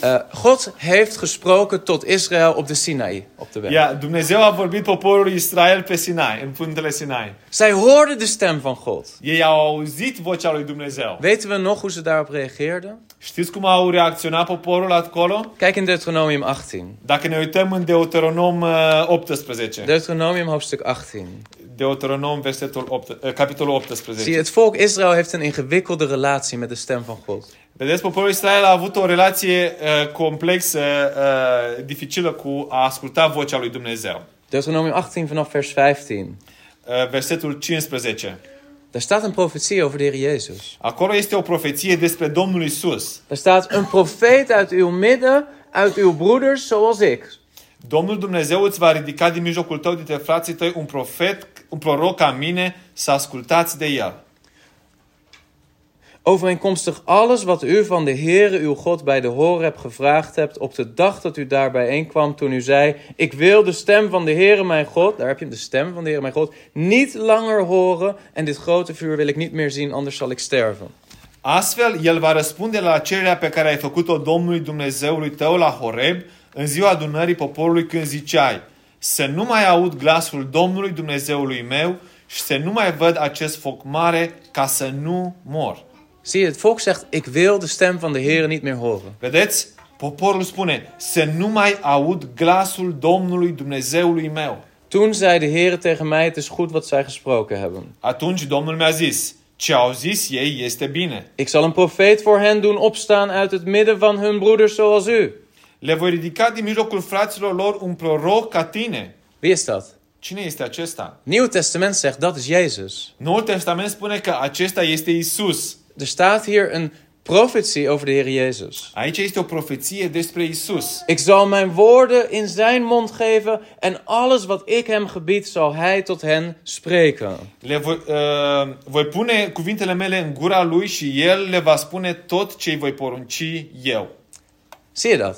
S1: eh, God heeft gesproken tot Israël op de Sinaï, op de berg.
S2: Ia, Dumnezeu a vorbit poporului Israel pe Sinai, în pântele Sinai.
S1: Zij hoorden de stem van God.
S2: Ei au auzit vocea lui Dumnezeu.
S1: Weten we nog hoe ze daarop reageerden?
S2: Știți cum au reacționat poporul acolo?
S1: Kijk in Deuteronomium 18.
S2: Dacă ne uităm în Deuteronom uh, 18.
S1: Deuteronomium hoofdstuk 18.
S2: Deuteronom, versetul 8, uh, capitolul
S1: Zie je,
S2: 18.
S1: het volk Israël heeft een ingewikkelde relatie met de stem van God.
S2: Vedeți, poporul Israel a avut o relație uh, complexă, uh, dificilă cu a asculta vocea lui Dumnezeu.
S1: Deuteronomium 18 vanaf vers 15.
S2: Uh, versetul 15.
S1: Daar staat een profetie over de Heer Jezus.
S2: Acolo este o profeție despre Domnul Isus.
S1: Daar staat een profeet uit uw midden, uit uw broeders zoals ik.
S2: Domnul Dumnezeu îți va ridica din mijlocul tău dintre frații tăi un profet, un proroc ca mine, să ascultați de el.
S1: Overeenkomstig alles wat u van de Heere uw God bij de Horeb gevraagd hebt op de dag dat u daar bijeenkwam toen u zei, ik wil de stem van de Heere mijn God, daar heb je hem, de stem van de Heere mijn God, niet langer horen en dit grote vuur wil ik niet meer zien, anders zal ik sterven.
S2: Astfel, el va răspunde la cererea pe care ai făcut-o Domnului Dumnezeului tău la Horeb, în ziua adunării poporului când ziceai, să nu mai aud glasul Domnului Dumnezeului meu și să nu mai văd acest foc mare ca să nu mor.
S1: Zie je, het volk zegt, ik wil de stem van de Heere niet meer horen.
S2: Vedeți? Poporul spune, să nu mai aud glasul Domnului Dumnezeului meu.
S1: Toen zei de Heere tegen mij, het is goed wat zij gesproken hebben.
S2: Atunci Domnul mi-a zis, ce au zis ei este bine.
S1: Ik zal een profeet voor hen doen opstaan uit het midden van hun broeders zoals u.
S2: Le voi ridica din mijlocul fraților lor un proroc ca tine.
S1: Wie is dat?
S2: Cine este acesta?
S1: Nieuw Testament zegt, dat is Jezus.
S2: Noul Testament spune că acesta este Isus.
S1: Er staat hier een profetie over de Heer Jezus.
S2: Aici este o profeție despre Isus.
S1: Ik zal mijn woorden in zijn mond geven en alles wat ik hem gebied zal hij tot hen spreken.
S2: Le voi, uh, voi pune cuvintele mele în gura lui și el le va spune tot ce îi voi porunci eu.
S1: Zie je dat?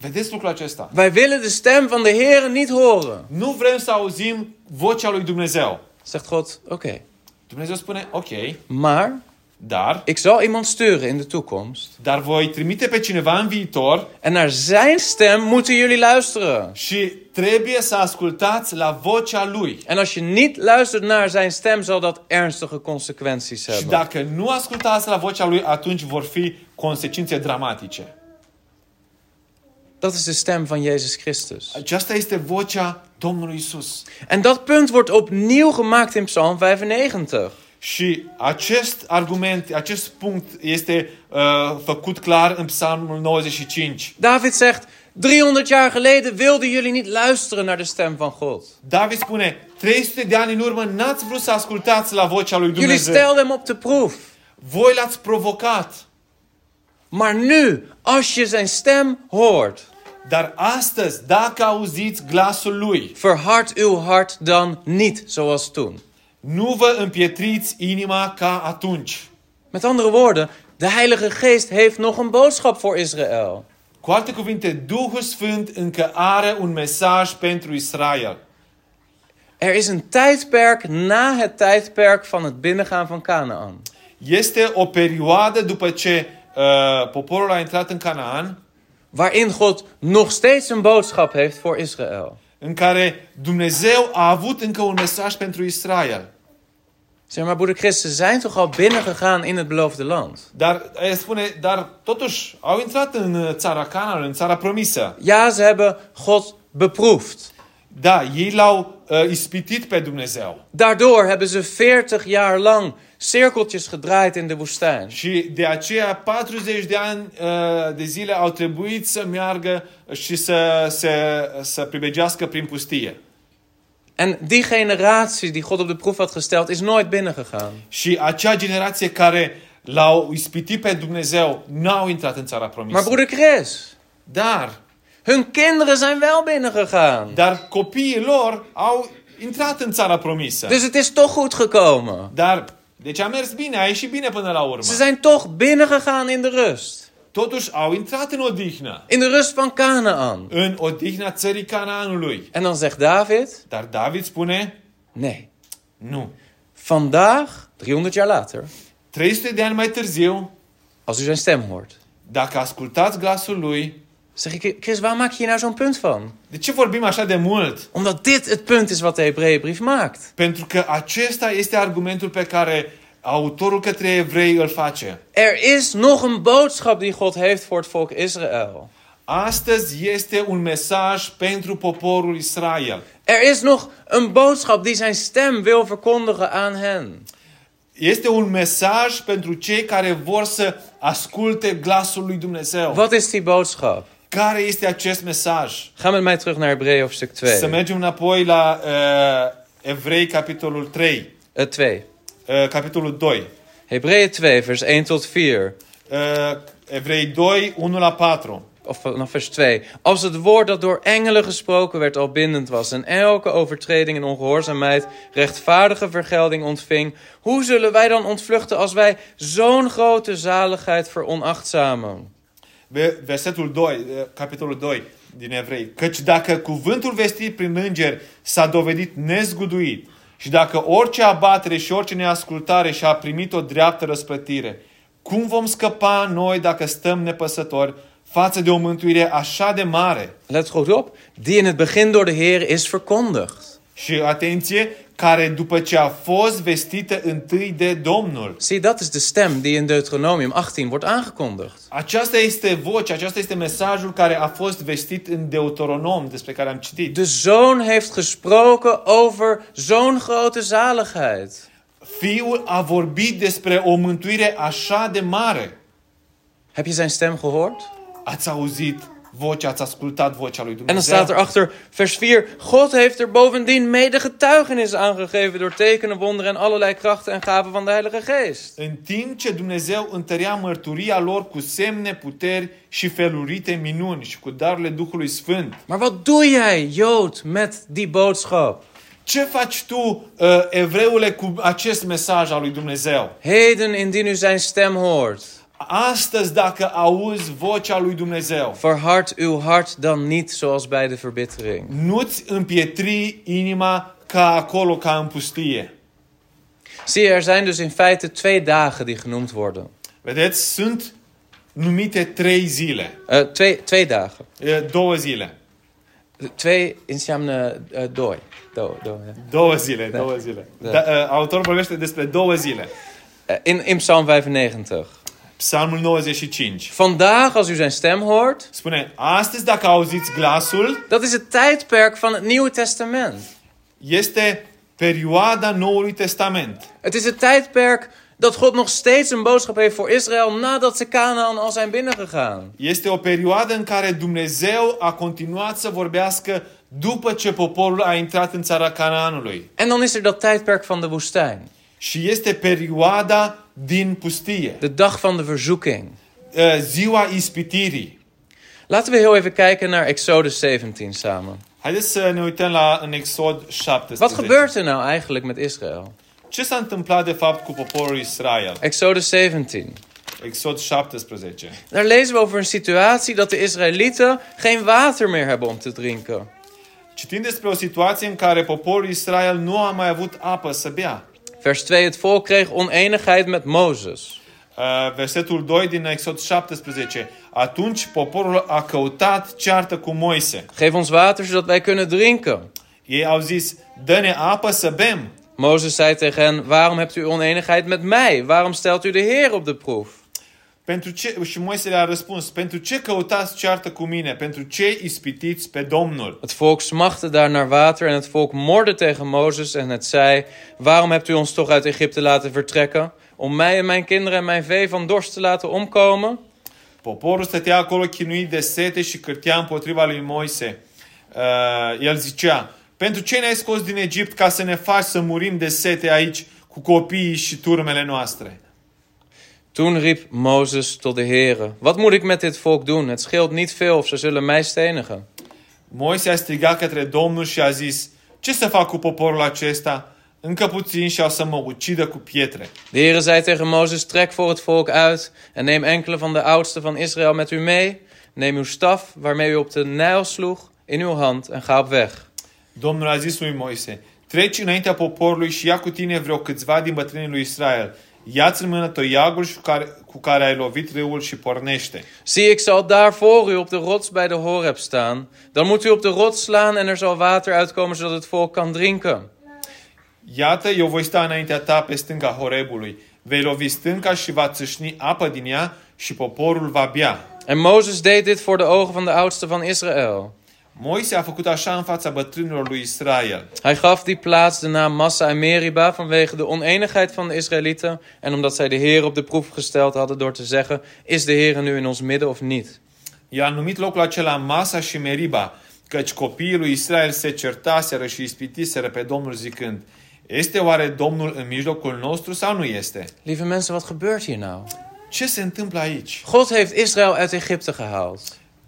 S2: Vedeți lucrul acesta?
S1: Wij willen de stem van de Heer niet horen.
S2: Nu vrem să auzim vocea lui Dumnezeu.
S1: Zegt God, oké.
S2: Dumnezeu spune, ok,
S1: Maar
S2: dar,
S1: ik zal iemand sturen in de toekomst.
S2: dar voi trimite pe cineva în viitor
S1: En naar zijn stem moeten jullie luisteren.
S2: Și trebuie să ascultați la vocea lui.
S1: En als je niet luistert naar zijn stem, zal dat ernstige consequenties
S2: Și
S1: hebben.
S2: dacă nu ascultați la vocea lui, atunci vor fi consecințe dramatice.
S1: Dat is de stem van Jezus Christus.
S2: Aceasta este vocea Domnului Isus.
S1: En dat punt wordt opnieuw gemaakt in Psalm 95.
S2: Și acest argument, acest punct este uh, făcut clar în Psalmul 95.
S1: David zegt: 300 jaar geleden wilden jullie niet luisteren naar de stem van God.
S2: David spune, 300 de ani în urmă n-ați vrut să ascultați la vocea lui
S1: Jullie
S2: Dumnezeu.
S1: stelden hem op de proef.
S2: Voi l-ați provocat.
S1: Maar nu, als je zijn stem hoort,
S2: Dar astăzi, dacă auziți glasul lui,
S1: verhard uw hart dan niet zoals toen.
S2: nu vă împietriți inima ca atunci.
S1: Met andere woorden, de Heilige Geest heeft nog een boodschap voor Israël.
S2: Cu alte cuvinte, Duhul Sfânt încă are un mesaj pentru Israel.
S1: Er is een tijdperk na het tijdperk van het binnengaan van Canaan.
S2: Este o perioadă după ce uh, poporul a intrat în Canaan,
S1: Waarin God nog steeds een boodschap heeft voor Israël.
S2: în care Dumnezeu a avut încă un mesaj pentru Israel.
S1: Zeg maar, broeder Christen, ze zijn toch al binnengegaan in het beloofde land?
S2: Dar el spune, dar totuși au intrat în uh, țara Canaan, în țara promisă.
S1: Ja, ze hebben God beproefd.
S2: Da, ei l-au uh, ispitit pe Dumnezeu.
S1: Daardoor hebben ze 40 jaar lang cirkeltjes gedraaid in de woestijn.
S2: Și de aceea 40 de ani uh, de zile au trebuit să meargă și să, să, să pribegească prin pustie.
S1: En die generatie die God op de proef had gesteld, is nooit binnengegaan.
S2: Și acea generație care l-au ispitit pe Dumnezeu n-au intrat în țara
S1: Maar
S2: promisă.
S1: broeder Chris,
S2: Dar,
S1: hun kinderen zijn wel binnengegaan.
S2: dar copiii lor au intrat în țara promisă.
S1: Dus het is toch goed gekomen.
S2: Dar, deci a mers bine, a ieșit bine până la urmă.
S1: Ze zijn toch binnengegaan in de rust.
S2: Totuși au intrat în odihnă.
S1: In de rust van Canaan.
S2: În odihna țării Canaanului.
S1: En dan zegt David,
S2: Dar David spune,
S1: nee,
S2: nu.
S1: vandaag, 300 jaar later,
S2: 300 de ani mai târziu,
S1: als u zijn stem hoort.
S2: dacă ascultați glasul lui,
S1: Zeg ik, Chris, waar maak je hier nou zo'n punt van?
S2: de ce vorbim așa de mult?
S1: Omdat dit het punt is wat de Hebreeënbrief maakt.
S2: Pentru că acesta este argumentul pe care autorul către evrei îl face.
S1: Er is nog een boodschap die God heeft voor het volk Israël.
S2: Astăzi este un mesaj pentru poporul Israel.
S1: Er is nog een boodschap die zijn stem wil verkondigen aan hen.
S2: Este un mesaj pentru cei care vor să asculte glasul lui Dumnezeu.
S1: Wat is die boodschap?
S2: Care este acest mesaj?
S1: Ga met mij terug naar Hebreeën hoofdstuk
S2: Să
S1: 2.
S2: mergem înapoi la uh, Evrei, capitolul 3,
S1: Eh, 2.
S2: uh, capitolul 2.
S1: Hebreeën 2, vers 1 tot 4.
S2: Uh, Evrei 2, 1 la 4.
S1: Of vanaf vers 2. Als het woord dat door engelen gesproken werd al bindend was en elke overtreding en ongehoorzaamheid rechtvaardige vergelding ontving, hoe zullen wij dan ontvluchten als wij zo'n grote zaligheid veronachtzamen?
S2: Ve- Versetul 2, uh, capitolul 2 din Evrei. Căci dacă cuvântul vestit prin îngeri s-a dovedit nezguduit și dacă orice abatere și orice neascultare și-a primit o dreaptă răsplătire, cum vom scăpa noi dacă stăm nepăsători față de o mântuire așa de mare?
S1: Let goed op, die in het begin door de Heer is verkondigd.
S2: Și atenție, care după ce a fost vestită întâi de Domnul.
S1: Zie, dat is de stem die in Deuteronomium 18 wordt aangekondigd.
S2: Aceasta este vocea, aceasta este mesajul care a fost vestit în Deuteronom, despre care am citit.
S1: De Zoon heeft gesproken over zo'n grote zaligheid.
S2: Fiul a vorbit despre o mântuire așa de mare.
S1: Heb je zijn stem gehoord?
S2: Ați auzit vocea, ați ascultat vocea lui
S1: En dan
S2: Dumnezeu.
S1: staat erachter vers 4. God heeft er bovendien mede getuigenis aangegeven door tekenen, wonderen en allerlei krachten en gaven van de Heilige Geest.
S2: În timp ce Dumnezeu întărea mărturia lor cu semne, puteri și felurite minuni și cu darurile Duhului Sfânt.
S1: Maar wat doe jij, Jood, met die boodschap?
S2: Ce faci tu, uh, evreule, cu acest mesaj al lui Dumnezeu?
S1: Heden, indien u zijn stem hoort,
S2: Astăzi, dacă auzi vocea lui Dumnezeu,
S1: verhard uw hart dan niet zoals bij de verbittering.
S2: nu-ți împietri inima ca acolo, ca în pustie.
S1: Zie je, er zijn dus in feite twee dagen die genoemd worden.
S2: Vedeți, sunt numite trei zile.
S1: Eh, twee, twee dagen.
S2: E, Două zile.
S1: Twee insamne eh dooi. Do, do, ja.
S2: Două zile, da. două zile. Da.
S1: Da.
S2: Da, uh, autorul vorbește despre două zile.
S1: Eh, in, in Psalm 95.
S2: Psalmul 95.
S1: Vandaag, als u zijn stem hoort,
S2: Spune, astăzi dacă auziți glasul,
S1: Dat is het tijdperk van het Nieuwe Testament.
S2: este perioada Noului Testament.
S1: Het is het tijdperk dat God nog steeds een boodschap heeft voor Israël nadat ze Canaan al zijn binnengegaan.
S2: Este o perioadă în care Dumnezeu a continuat să vorbească după ce poporul a intrat în țara Canaanului.
S1: En dan is er dat tijdperk van de woestijn,
S2: Și este perioada din pustie,
S1: de dag van de verzoeking.
S2: uh, ziua ispitirii.
S1: Laten we heel even kijken naar Exodus 17 samen.
S2: Haideți să ne uităm la în Exod 17.
S1: Wat gebeurt er nou eigenlijk met Israël?
S2: Ce s-a întâmplat de fapt cu poporul Israel?
S1: Exodus 17.
S2: Exod 17.
S1: Daar lezen we over een situatie dat de Israëlieten geen water meer hebben om te drinken.
S2: Citim despre o situație în care poporul Israel nu a mai avut apă să bea.
S1: Vers 2. Het volk kreeg oneenigheid met Mozes.
S2: Uh, Versetul 2 din Exod 17. Atunci poporul a căutat ceartă cu Moise.
S1: Geef ons water zodat wij kunnen drinken.
S2: Ei au zis, dă-ne apă să bem.
S1: Mozes zei tegen hen: Waarom hebt u oneenigheid met mij? Waarom stelt u de Heer op de proef?
S2: Pentru ce? Și Moise le-a răspuns, pentru ce căutați ceartă cu mine? Pentru ce ispitiți pe Domnul?
S1: Het volk smachtte daar naar water en het volk morde tegen Mozes en het zei: Waarom hebt u ons toch uit Egypte laten vertrekken? Om mij en mijn kinderen en mijn vee van dorst te laten omkomen?
S2: Poporul stătea acolo chinuit de sete și cârtea împotriva lui Moise. Uh, el zicea, Pentru ce ne-ai scos din Egipt ca să ne faci să murim de sete aici cu copiii și turmele noastre?
S1: Toen riep Mozes tot de Heere: Wat moet ik met dit volk doen? Het scheelt niet veel of ze zullen mij stenigen.
S2: Moise a strigat către Domnul și a zis, ce să fac cu poporul acesta? Încă puțin și au să mă ucidă cu pietre.
S1: De Heere zei tegen Mozes: Trek voor het volk uit en neem enkele van de oudsten van Israël met u mee. Neem uw staf waarmee u op de Nijl sloeg in uw hand en ga op weg.
S2: Domnul a zis lui Moise, treci înaintea poporului și ia cu tine vreo câțiva din bătrânii lui Israel. Ia-ți în mână toiagul și cu care, cu care ai lovit râul și pornește.
S1: Zie, ik zal daar voor u op de rots bij de Horeb staan. Dan moet u op de rots slaan en er zal water uitkomen zodat het volk kan drinken.
S2: Iată, eu voi sta înaintea ta pe stânga Horebului. Vei lovi stânca și va țâșni apă din ea și poporul va bea.
S1: En Mozes deed dit voor de ogen van de oudsten van Israël.
S2: Moise a făcut așa în fața bătrânilor lui Israel.
S1: Hij gaf die plaats de naam Massa en Meriba vanwege de oneenigheid van de Israëlieten en omdat zij de Heer op de proef gesteld hadden door te zeggen: Is de Heer nu in ons midden of niet?
S2: I-a numit locul acela Masa și Meriba, căci copiii lui Israel se certaseră și ispitiseră pe Domnul zicând, Este oare Domnul în mijlocul nostru sau nu este?
S1: Lieve mensen, wat gebeurt hier nou?
S2: Ce se întâmplă aici?
S1: God heeft Israël uit Egypte gehaald.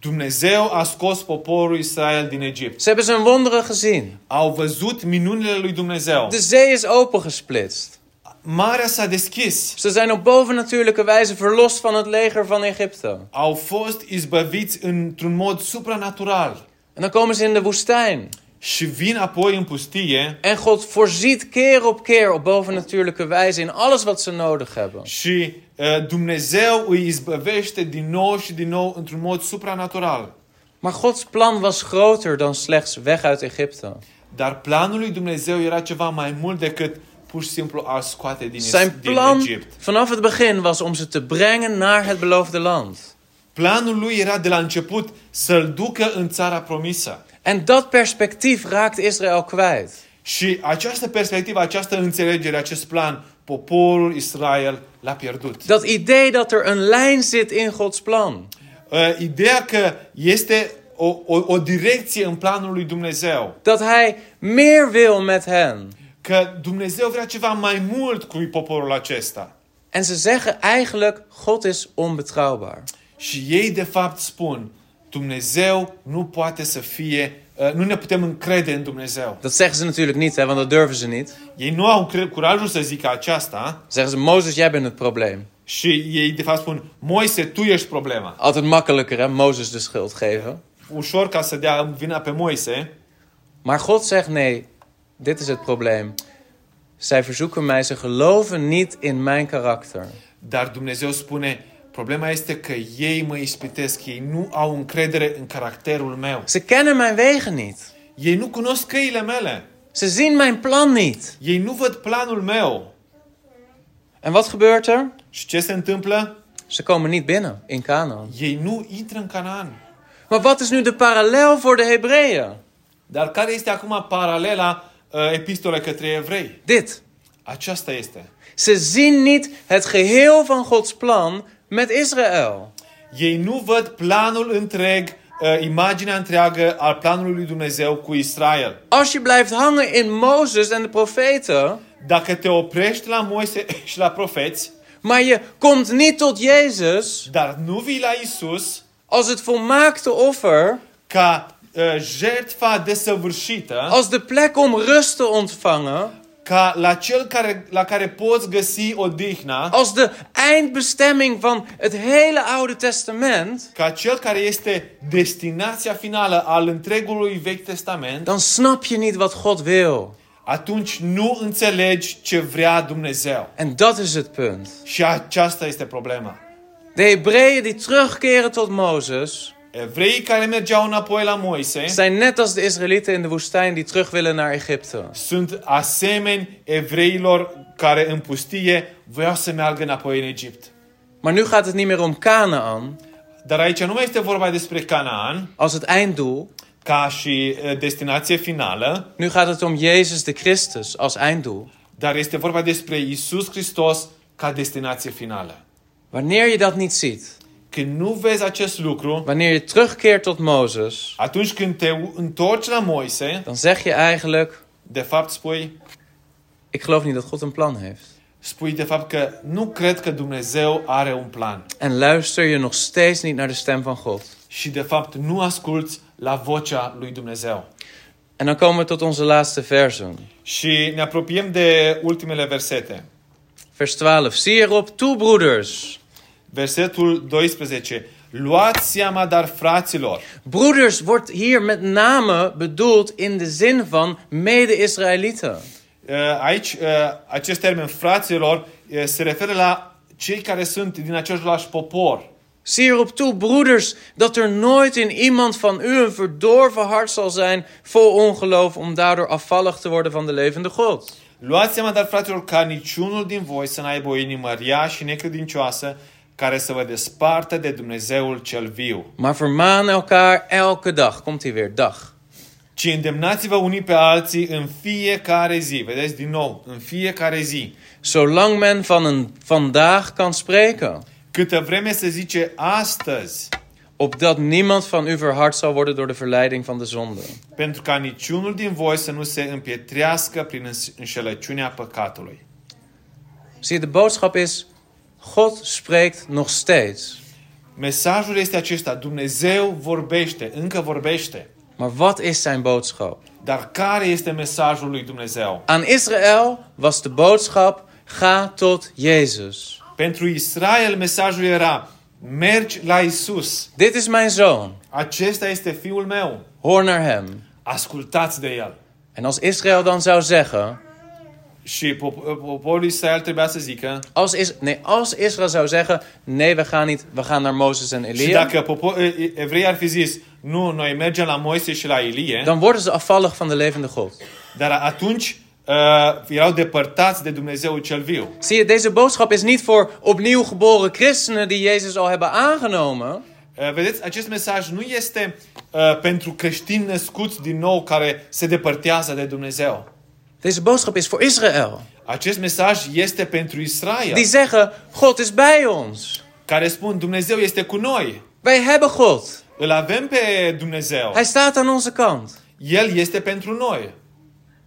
S2: Dumnezeu a scos poporul Israel din Egipt.
S1: Ze hebben zijn wonderen gezien.
S2: Au văzut minunile lui Dumnezeu.
S1: De zee is opengesplitst.
S2: Marea s-a deschis.
S1: Ze zijn op bovennatuurlijke wijze verlost van het leger van Egypte.
S2: Au fost izbăviți într-un mod supranatural.
S1: En dan komen ze in de woestijn.
S2: Și vin apoi în pustie
S1: En God voorziet keer op keer op bovennatuurlijke wijze in alles wat ze nodig hebben.
S2: și uh, Dumnezeu îi izbăvește din nou și din nou într-un mod supranatural.
S1: Maar Gods plan was groter dan slechts weg uit Egypte.
S2: Dar planul lui Dumnezeu era ceva mai mult decât pur și simplu a scoate din,
S1: Zijn
S2: din
S1: plan
S2: Egipt.
S1: vanaf het begin was om ze te brengen naar het beloofde land.
S2: Planul lui era de la început să-l ducă în țara promisă.
S1: En dat perspectief raakt Israël kwijt.
S2: Și această perspectivă, această înțelegere, acest plan, poporul Israel l-a pierdut.
S1: Dat idee dat er een lijn zit in Gods plan.
S2: Uh, Ideea că este o, o, o direcție în planul lui Dumnezeu.
S1: Dat hij meer wil met hen.
S2: Că Dumnezeu vrea ceva mai mult cu poporul acesta.
S1: En ze zeggen eigenlijk, God is onbetrouwbaar.
S2: Și ei, de fapt, spun, Dumnezeu nu poate să fie, uh, nu ne putem încrede în Dumnezeu.
S1: Dat zeggen ze natuurlijk niet, hè, want dat durven ze niet.
S2: Ei nu au cre- curajul să zică aceasta
S1: Zeggen ze, Mozes, jij bent het probleem.
S2: și ei, de fapt, spun, Moise, tu ești problema.
S1: Altijd makkelijker, hè, Mozes de schuld geven.
S2: Ușor ca să dea vina pe Moise,
S1: Maar God zegt, nee, dit is het probleem. Zij verzoeken mij, ze geloven niet in mijn karakter.
S2: Dar Dumnezeu spune, problema este că ei mă ispitesc, ei nu au încredere în caracterul meu.
S1: Ze kennen mijn wegen niet.
S2: Ei nu cunosc căile mele.
S1: Ze zien mijn plan niet.
S2: Ei nu văd planul meu.
S1: En wat gebeurt er?
S2: Și ce se întâmplă?
S1: Ze komen niet binnen in Canaan.
S2: Ei nu intră în Canaan.
S1: Maar wat is nu de parallel voor de Hebreeën?
S2: Dar care este acum paralela uh, epistolei către evrei?
S1: Dit.
S2: Aceasta este.
S1: Ze zien niet het geheel van Gods plan met Israël.
S2: Ei nu văd planul întreg, uh, imaginea întreagă al planului lui Dumnezeu cu Israel.
S1: Als je blijft hangen in Mozes en de profeten,
S2: Dacă te oprești la Moise și la profeți,
S1: maar je komt niet tot Jezus
S2: dar nu vii la Isus,
S1: als het volmaakte offer,
S2: ca uh, jertfa desăvârșită,
S1: als de plek om rust te ontvangen,
S2: ca la cel care, la care poți găsi odihna,
S1: als de eindbestemming van het hele Oude Testament,
S2: ca cel care este destinația finală al întregului Vechi Testament,
S1: dan snap je niet wat God wil.
S2: atunci nu înțelegi ce vrea Dumnezeu.
S1: En dat is het punt.
S2: Și aceasta este problema.
S1: De Hebreeën die terugkeren tot Mozes,
S2: Evreii care mergeau înapoi la Moise
S1: zijn net als de Israëlieten in de woestijn die terug willen naar Egypte.
S2: sunt asemeni evreilor care în pustie voiau să meargă înapoi în Egipt.
S1: Maar nu gaat het niet meer om Canaan
S2: Dar aici nu mai este vorba despre Canaan
S1: als het einddoel.
S2: ca și uh, destinație finală,
S1: Nu gaat het om Jezus de Christus als einddoel.
S2: Dar este vorba despre Isus Hristos ca destinație finală.
S1: Wanneer je dat niet ziet,
S2: Când nu vezi acest lucru,
S1: Wanneer je terugkeert tot Mozes,
S2: atunci când te u- întorci la Moise,
S1: dan zeg je eigenlijk:
S2: de fapt spui,
S1: Ik geloof niet dat God een plan heeft.
S2: spui de fapt că nu cred că Dumnezeu are un plan.
S1: En luister je nog steeds niet naar de stem van God.
S2: Și de fapt nu asculți la vocea lui Dumnezeu.
S1: En dan komen we tot onze laatste versen.
S2: Și ne apropiem de ultimele versete.
S1: Vers 12. Zie erop toe, broeders.
S2: Versetul 12. Luați seama, dar fraților,
S1: Broeders wordt hier met name bedoeld in de zin van mede-Israëlieten.
S2: Uh, Aici, uh, acest termen, fraților, uh, se referă la cei care sunt din același popor.
S1: Zie erop toe, broeders, dat er nooit in iemand van u een verdorven hart zal zijn vol ongeloof om daardoor afvallig te worden van de levende God.
S2: Luați seama, dar, fraților, ca niciunul din voi să n-aibă o inimă rea și necredincioasă care să vă despartă de Dumnezeul cel viu.
S1: Maar vermaan elkaar elke dag. Komt hij weer, dag.
S2: Ci îndemnați-vă unii pe alții în fiecare zi. Vedeți, din nou, în fiecare zi.
S1: Zolang men van een vandaag kan spreken.
S2: Câtă vreme se zice astăzi,
S1: Opdat niemand van u verhard zal worden door de verleiding van de zonde.
S2: pentru ca niciunul din voi să nu se împietrească prin înș- înșelăciunea păcatului.
S1: Zie, je, de boodschap is, God spreekt nog steeds.
S2: Mesajul este acesta. Dumnezeu vorbește, încă vorbește.
S1: Maar wat is zijn boodschap?
S2: Dar care este mesajul lui Dumnezeu?
S1: Aan Israël was de boodschap: ga tot Jezus.
S2: Pentru Israel mesajul era mergi la Isus.
S1: Dit is mijn zoon,
S2: Acesta este fiul meu.
S1: hoor naar hem.
S2: Ascultați de el.
S1: En als Israël dan zou zeggen:
S2: Și pop- poporul Israel trebuia să zică
S1: als, is, nee, als Israël zou zeggen: nee, we gaan niet, we gaan naar Mozes en
S2: și
S1: Elia,
S2: dacă popo- evreii ar fi zis nu, noi mergem la Moise și la Ilie,
S1: dan worden ze afvallig van de levende God.
S2: dar atunci uh, erau depărtați de Dumnezeu cel viu.
S1: Zie je, deze boodschap is niet voor opnieuw geboren christenen die Jezus al hebben aangenomen.
S2: Uh, Vedeți, acest mesaj nu este uh, pentru creștini născuți din nou care se depărtează de Dumnezeu.
S1: Deze boodschap is voor Israël.
S2: Acest mesaj este pentru Israel,
S1: Die zeggen: God is bij ons.
S2: care spun Dumnezeu este cu noi.
S1: Wij hebben God.
S2: Îl avem pe Dumnezeu.
S1: Hij staat aan onze kant.
S2: El este pentru noi.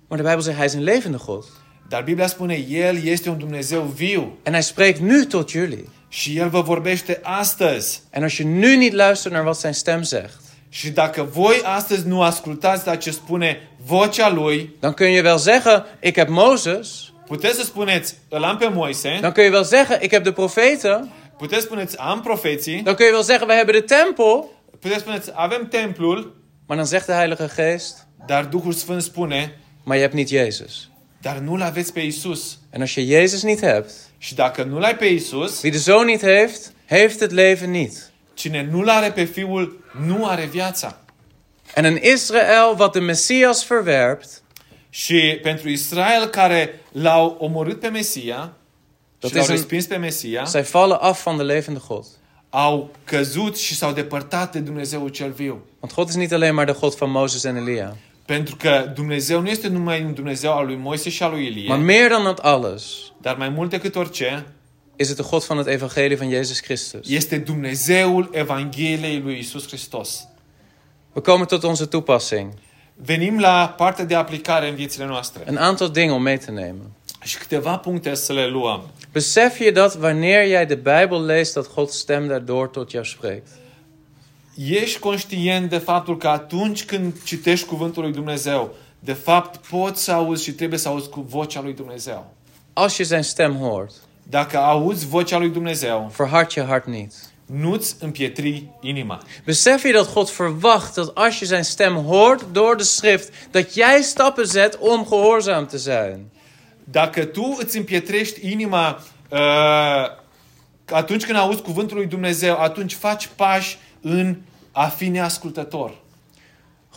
S1: Maar de Bijbel zegt, hij is een levende God.
S2: Dar Biblia spune, El este un Dumnezeu viu
S1: En hij spreekt nu tot jullie.
S2: și El vă vorbește astăzi.
S1: En als je nu niet luistert naar wat zijn stem zegt,
S2: Și dacă voi astăzi nu ascultați la ce spune vocea Lui,
S1: dan kun je wel zeggen, ik heb Mozes.
S2: puteți să spuneți, îl am pe Moise,
S1: Dan kun je wel zeggen, ik heb de profeten.
S2: puteți spuneți, am profeții,
S1: Dan kun je wel zeggen, wij hebben de tempel.
S2: puteți spuneți, avem templul,
S1: Maar dan zegt de Heilige Geest,
S2: Dar Duhul Sfânt spune,
S1: maar je hebt niet Jezus.
S2: dar nu-L aveți pe Isus.
S1: En als je Jezus niet hebt,
S2: Și dacă nu-L ai pe Isus,
S1: wie de zoon niet heeft, heeft het leven niet.
S2: cine nu-L are pe Fiul, nu are viața.
S1: En een Israël wat de Messias verwerpt,
S2: Și pentru Israel care l-au omorât pe Mesia,
S1: Dar
S2: și l-au
S1: trebuie să-
S2: respins pe Mesia,
S1: zij vallen af van de levende God.
S2: au căzut și s-au depărtat de Dumnezeu cel viu.
S1: Want God is niet alleen maar de God van Mozes en Elia.
S2: Pentru că Dumnezeu nu este numai un Dumnezeu al lui Moise și al lui Ilie,
S1: Maar meer dan dat alles
S2: dar mai mult decât orice,
S1: is het de God van het evangelie van Jezus Christus.
S2: este Dumnezeul Evangheliei lui Isus Hristos.
S1: We komen tot onze toepassing.
S2: Venim la partea de aplicare în viețile noastre.
S1: Een aantal dingen om mee te nemen.
S2: Și câteva puncte să le luăm.
S1: Besef je dat wanneer jij de Bijbel leest, dat Gods stem daardoor tot jou spreekt?
S2: Ești conștient de faptul că atunci când citești cuvântul lui Dumnezeu, de fapt poți să auzi și trebuie să auzi cu vocea lui Dumnezeu.
S1: Als je zijn stem hoort,
S2: Dacă auzi vocea lui Dumnezeu,
S1: verhard je hart niet.
S2: nu-ți împietri inima.
S1: Besef je dat God verwacht dat als je zijn stem hoort door de schrift, dat jij stappen zet om gehoorzaam te zijn?
S2: Dacă tu îți împietrești inima uh, atunci când auzi cuvântul lui Dumnezeu, atunci faci pași în a fi neascultător.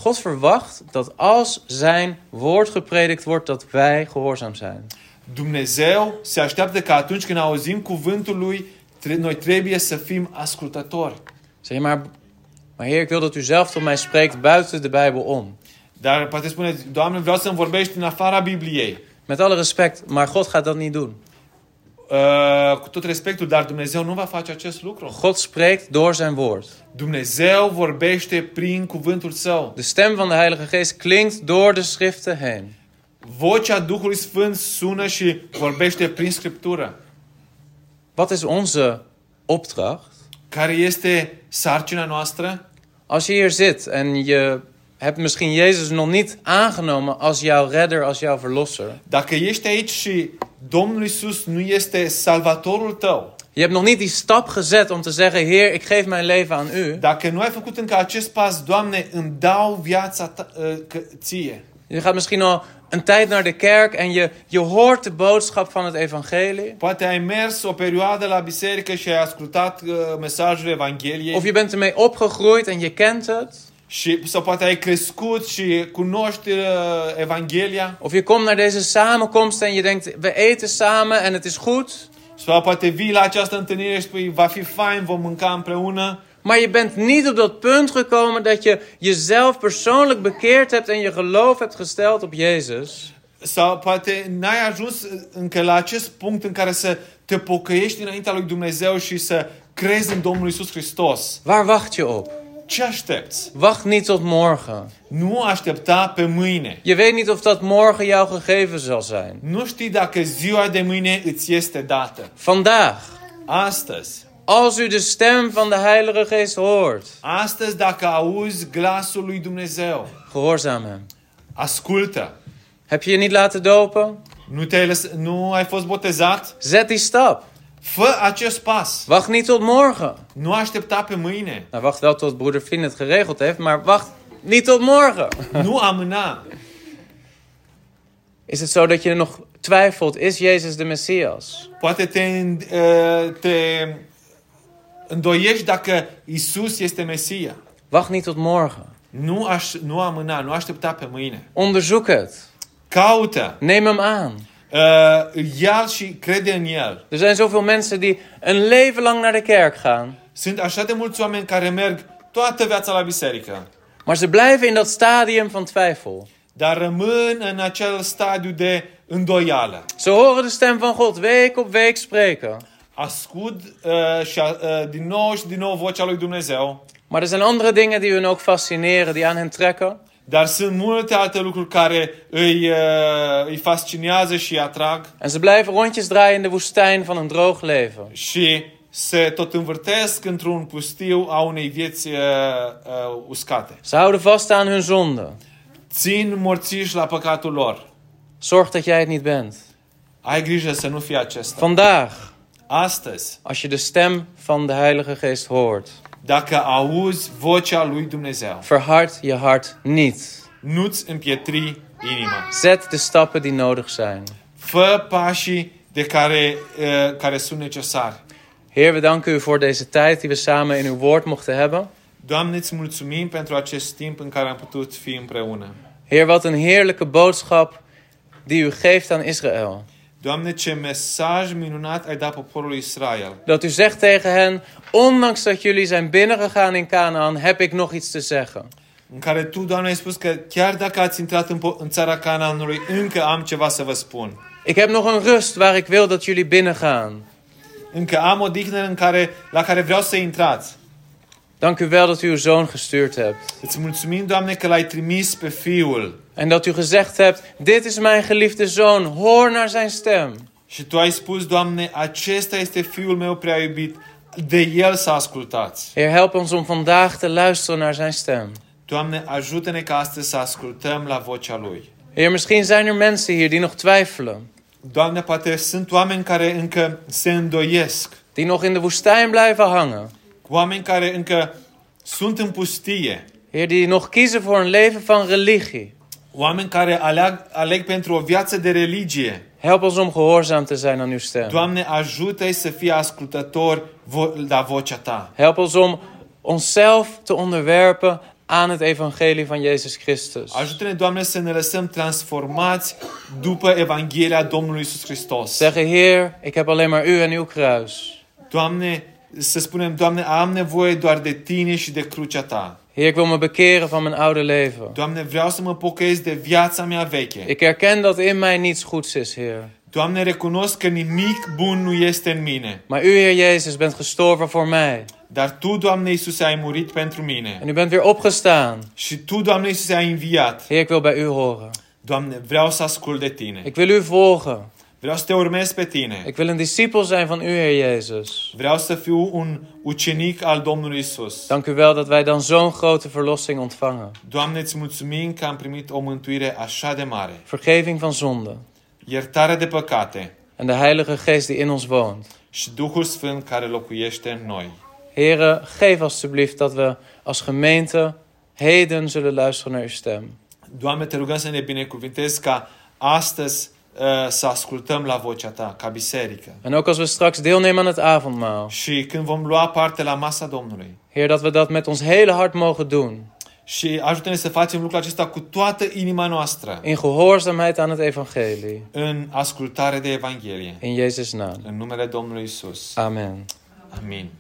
S1: God verwacht dat als zijn woord gepredikt wordt, dat wij gehoorzaam zijn.
S2: Dumnezeu se așteaptă că atunci când auzim cuvântul lui, tre- noi trebuie să fim ascultători.
S1: Zeg je maar, maar Heer, ik wil dat u zelf tot mij spreekt buiten de Bijbel om.
S2: Dar poate spuneți, Doamne, vreau să-mi vorbești în afara Bibliei.
S1: Met alle respect, maar God gaat dat niet doen.
S2: uh, cu tot respectul, dar Dumnezeu nu va face acest lucru.
S1: God spreekt door zijn woord.
S2: Dumnezeu vorbește prin cuvântul său.
S1: De stem van de Heilige Geest klinkt door de schriften heen.
S2: Vocea Duhului Sfânt sună și vorbește prin Scriptură.
S1: Wat is onze opdracht?
S2: Care este sarcina noastră?
S1: Als je hier zit en je hebt misschien Jezus nog niet aangenomen als jouw redder, als jouw verlosser.
S2: Dacă ești aici și Domnul Isus nu este salvatorul tău,
S1: Je hebt nog niet die stap gezet om te zeggen: Heer, ik geef mijn leven aan u.
S2: dacă nu ai făcut încă acest pas, Doamne, îmi dau viața ta, uh, că- ție.
S1: Je gaat misschien al een tijd naar de kerk en je, je hoort de boodschap van het evangelie.
S2: Poate ai mers o perioadă la biserică și ai ascultat uh, mesajul Evangheliei
S1: Of je bent ermee opgegroeid en je kent het.
S2: și, sau poate ai crescut și cunoști uh, Evanghelia
S1: Of je komt naar deze samenkomst en je denkt: we eten samen en het is goed.
S2: sau poate vii la această întâlnire și spui va fi fain, vom mânca împreună,
S1: Maar je bent niet op dat punt gekomen dat je jezelf persoonlijk bekeerd hebt en je geloof hebt gesteld op Jezus.
S2: Sau poate n-ai ajuns uh, încă la acest punct în care să te pocăiești înaintea lui Dumnezeu și să crezi în Domnul Isus Hristos.
S1: Waar wacht je op?
S2: Ce aștepți?
S1: Wacht niet tot morgen.
S2: Nu aștepta pe mâine.
S1: Je weet niet of dat morgen jou gegeven zal zijn.
S2: Nu știi dacă ziua de mâine îți este dată.
S1: Vandaag,
S2: Astăzi.
S1: als u de stem van de Heilige Geest hoort,
S2: Astăzi dacă auzi glasul lui Dumnezeu,
S1: gehoorzaam hem.
S2: ascultă.
S1: Heb je je niet laten dopen?
S2: Nu, te-ai lăs- nu ai fost botezat?
S1: Zet die stap.
S2: Fă acest pas.
S1: Wacht niet tot morgen.
S2: Nu aștepta pe mâine.
S1: Nou, wacht wel tot broeder Fien het geregeld heeft, maar wacht niet tot morgen.
S2: Nu amâna.
S1: Is het zo dat je nog twijfelt, is Jezus de Messias?
S2: Poate te, uh, te îndoiești dacă Isus este Mesia.
S1: Wacht niet tot morgen.
S2: Nu, aș, nu amâna, nu aștepta pe mâine.
S1: Onderzoek het.
S2: Caută,
S1: Neem hem aan.
S2: uh, ia și crede în El.
S1: Er zijn zoveel mensen die een leven lang naar de kerk gaan,
S2: Sunt așa de mulți oameni care merg toată viața la biserică,
S1: maar ze blijven in dat stadium van twijfel.
S2: dar rămân în acel stadiu de îndoială.
S1: Ze horen de stem van God week op week spreken.
S2: Ascult uh, și a, uh, din nou și din nou vocea lui Dumnezeu,
S1: Maar er zijn andere dingen die hun ook fascineren, die aan hen trekken.
S2: dar sunt multe alte lucruri care îi, uh, îi fascinează și îi atrag.
S1: En ze blijven rondjes draaien in de woestijn van een droog leven.
S2: și se tot învârtesc într-un pustiu a unei vieți uh, uh, uscate.
S1: Ze houden vast aan hun zonde.
S2: Țin morțiși la păcatul lor.
S1: Zorg dat jij het niet bent.
S2: Ai grijă să nu fie acesta.
S1: Vandaag,
S2: Astăzi,
S1: als je de stem van de Heilige Geest hoort,
S2: dacă auzi vocea lui Dumnezeu,
S1: verhard je hart niet.
S2: nu-ți împietri inima.
S1: Zet de stappen die nodig zijn.
S2: Fă pașii de care, uh, care sunt necesari.
S1: Heer, we danken u voor deze tijd die we samen in uw woord mochten hebben.
S2: Doamne, îți mulțumim pentru acest timp în care am putut fi împreună.
S1: Heer, wat een heerlijke boodschap die u geeft aan Israël.
S2: Doamne, ce mesaj minunat ai dat poporului Israel.
S1: Dat u zegt tegen hen: Ondanks dat jullie zijn binnengegaan in Canaan, heb ik nog iets te zeggen.
S2: în care tu, Doamne, ai spus că chiar dacă ați intrat în, po- în țara Canaanului, încă am ceva să vă spun.
S1: Ik heb nog een rust waar ik wil dat jullie binnengaan.
S2: Încă am o dignă în care, la care vreau să intrați.
S1: Dank u wel dat u uw zoon gestuurd hebt.
S2: Îți mulțumim, Doamne, că l-ai trimis pe Fiul
S1: En dat u gezegd hebt: Dit is mijn geliefde zoon, hoor naar zijn stem.
S2: și Tu ai spus, Doamne, acesta este Fiul meu prea iubit, de El să ascultați.
S1: Heer, help ons om vandaag te luisteren naar zijn stem.
S2: Doamne, ajută-ne ca astăzi să ascultăm la vocea Lui.
S1: Heer, misschien zijn er mensen hier die nog twijfelen,
S2: Doamne, poate sunt oameni care încă se îndoiesc,
S1: die nog in de woestijn blijven hangen.
S2: oameni care încă sunt în pustie,
S1: Heer, die nog kiezen voor een leven van religie.
S2: oameni care aleg, aleg pentru o viață de religie,
S1: Help ons om gehoorzaam te zijn aan uw stem.
S2: Doamne, ajută-i să fie ascultători vo- la vocea Ta.
S1: Help ons om onszelf te onderwerpen aan het evangelie van Jezus Christus.
S2: Ajută-ne, Doamne, să ne lăsăm transformați după Evanghelia Domnului Isus Hristos.
S1: Zeggen, Heer, ik heb alleen maar u en uw kruis.
S2: Doamne, să spunem, Doamne, am nevoie doar de Tine și de crucea Ta.
S1: Heer, ik wil me bekeren van mijn oude leven.
S2: Doamne, vreau să mă pocăiesc de viața mea veche.
S1: Ik herken dat in mij niets goeds is, Heer.
S2: Doamne, recunosc că nimic bun nu este în mine.
S1: Maar u, Heer Jezus, bent gestorven voor mij.
S2: Dar Tu, Doamne Iisuse, ai murit pentru mine.
S1: En u bent weer opgestaan.
S2: Și Tu, Doamne Iisuse, ai înviat.
S1: Heer, ik wil bij u horen.
S2: Doamne, vreau să ascult de Tine.
S1: Ik wil u volgen.
S2: Vreau să Te urmez pe Tine.
S1: Ik wil een discipel zijn van u, Heer Jezus.
S2: Vreau să fiu un ucenic al Domnului Isus.
S1: Dank u wel dat wij dan zo'n grote verlossing ontvangen.
S2: Doamne, îți mulțumim că am primit o mântuire așa de mare.
S1: Vergeving van zonden.
S2: Iertare de păcate
S1: En de Heilige Geest die in ons woont.
S2: și Duhul Sfânt care locuiește în noi.
S1: Heren, geef alstublieft dat we als gemeente heden zullen luisteren naar uw stem.
S2: Doamne, te rugăm să ne binecuvintezi ca astăzi uh, să ascultăm la vocea Ta, ca biserică.
S1: En ook als we straks deelnemen aan het avondmaal.
S2: Și când vom lua parte la masa Domnului.
S1: Heer, dat we dat met ons hele hart mogen doen.
S2: Și ajută-ne să facem lucrul acesta cu toată inima noastră,
S1: In gehoorzaamheid aan het evangelie.
S2: în ascultare de Evanghelie.
S1: In Jezus' naam.
S2: În numele Domnului Isus.
S1: Amen.
S2: Amin.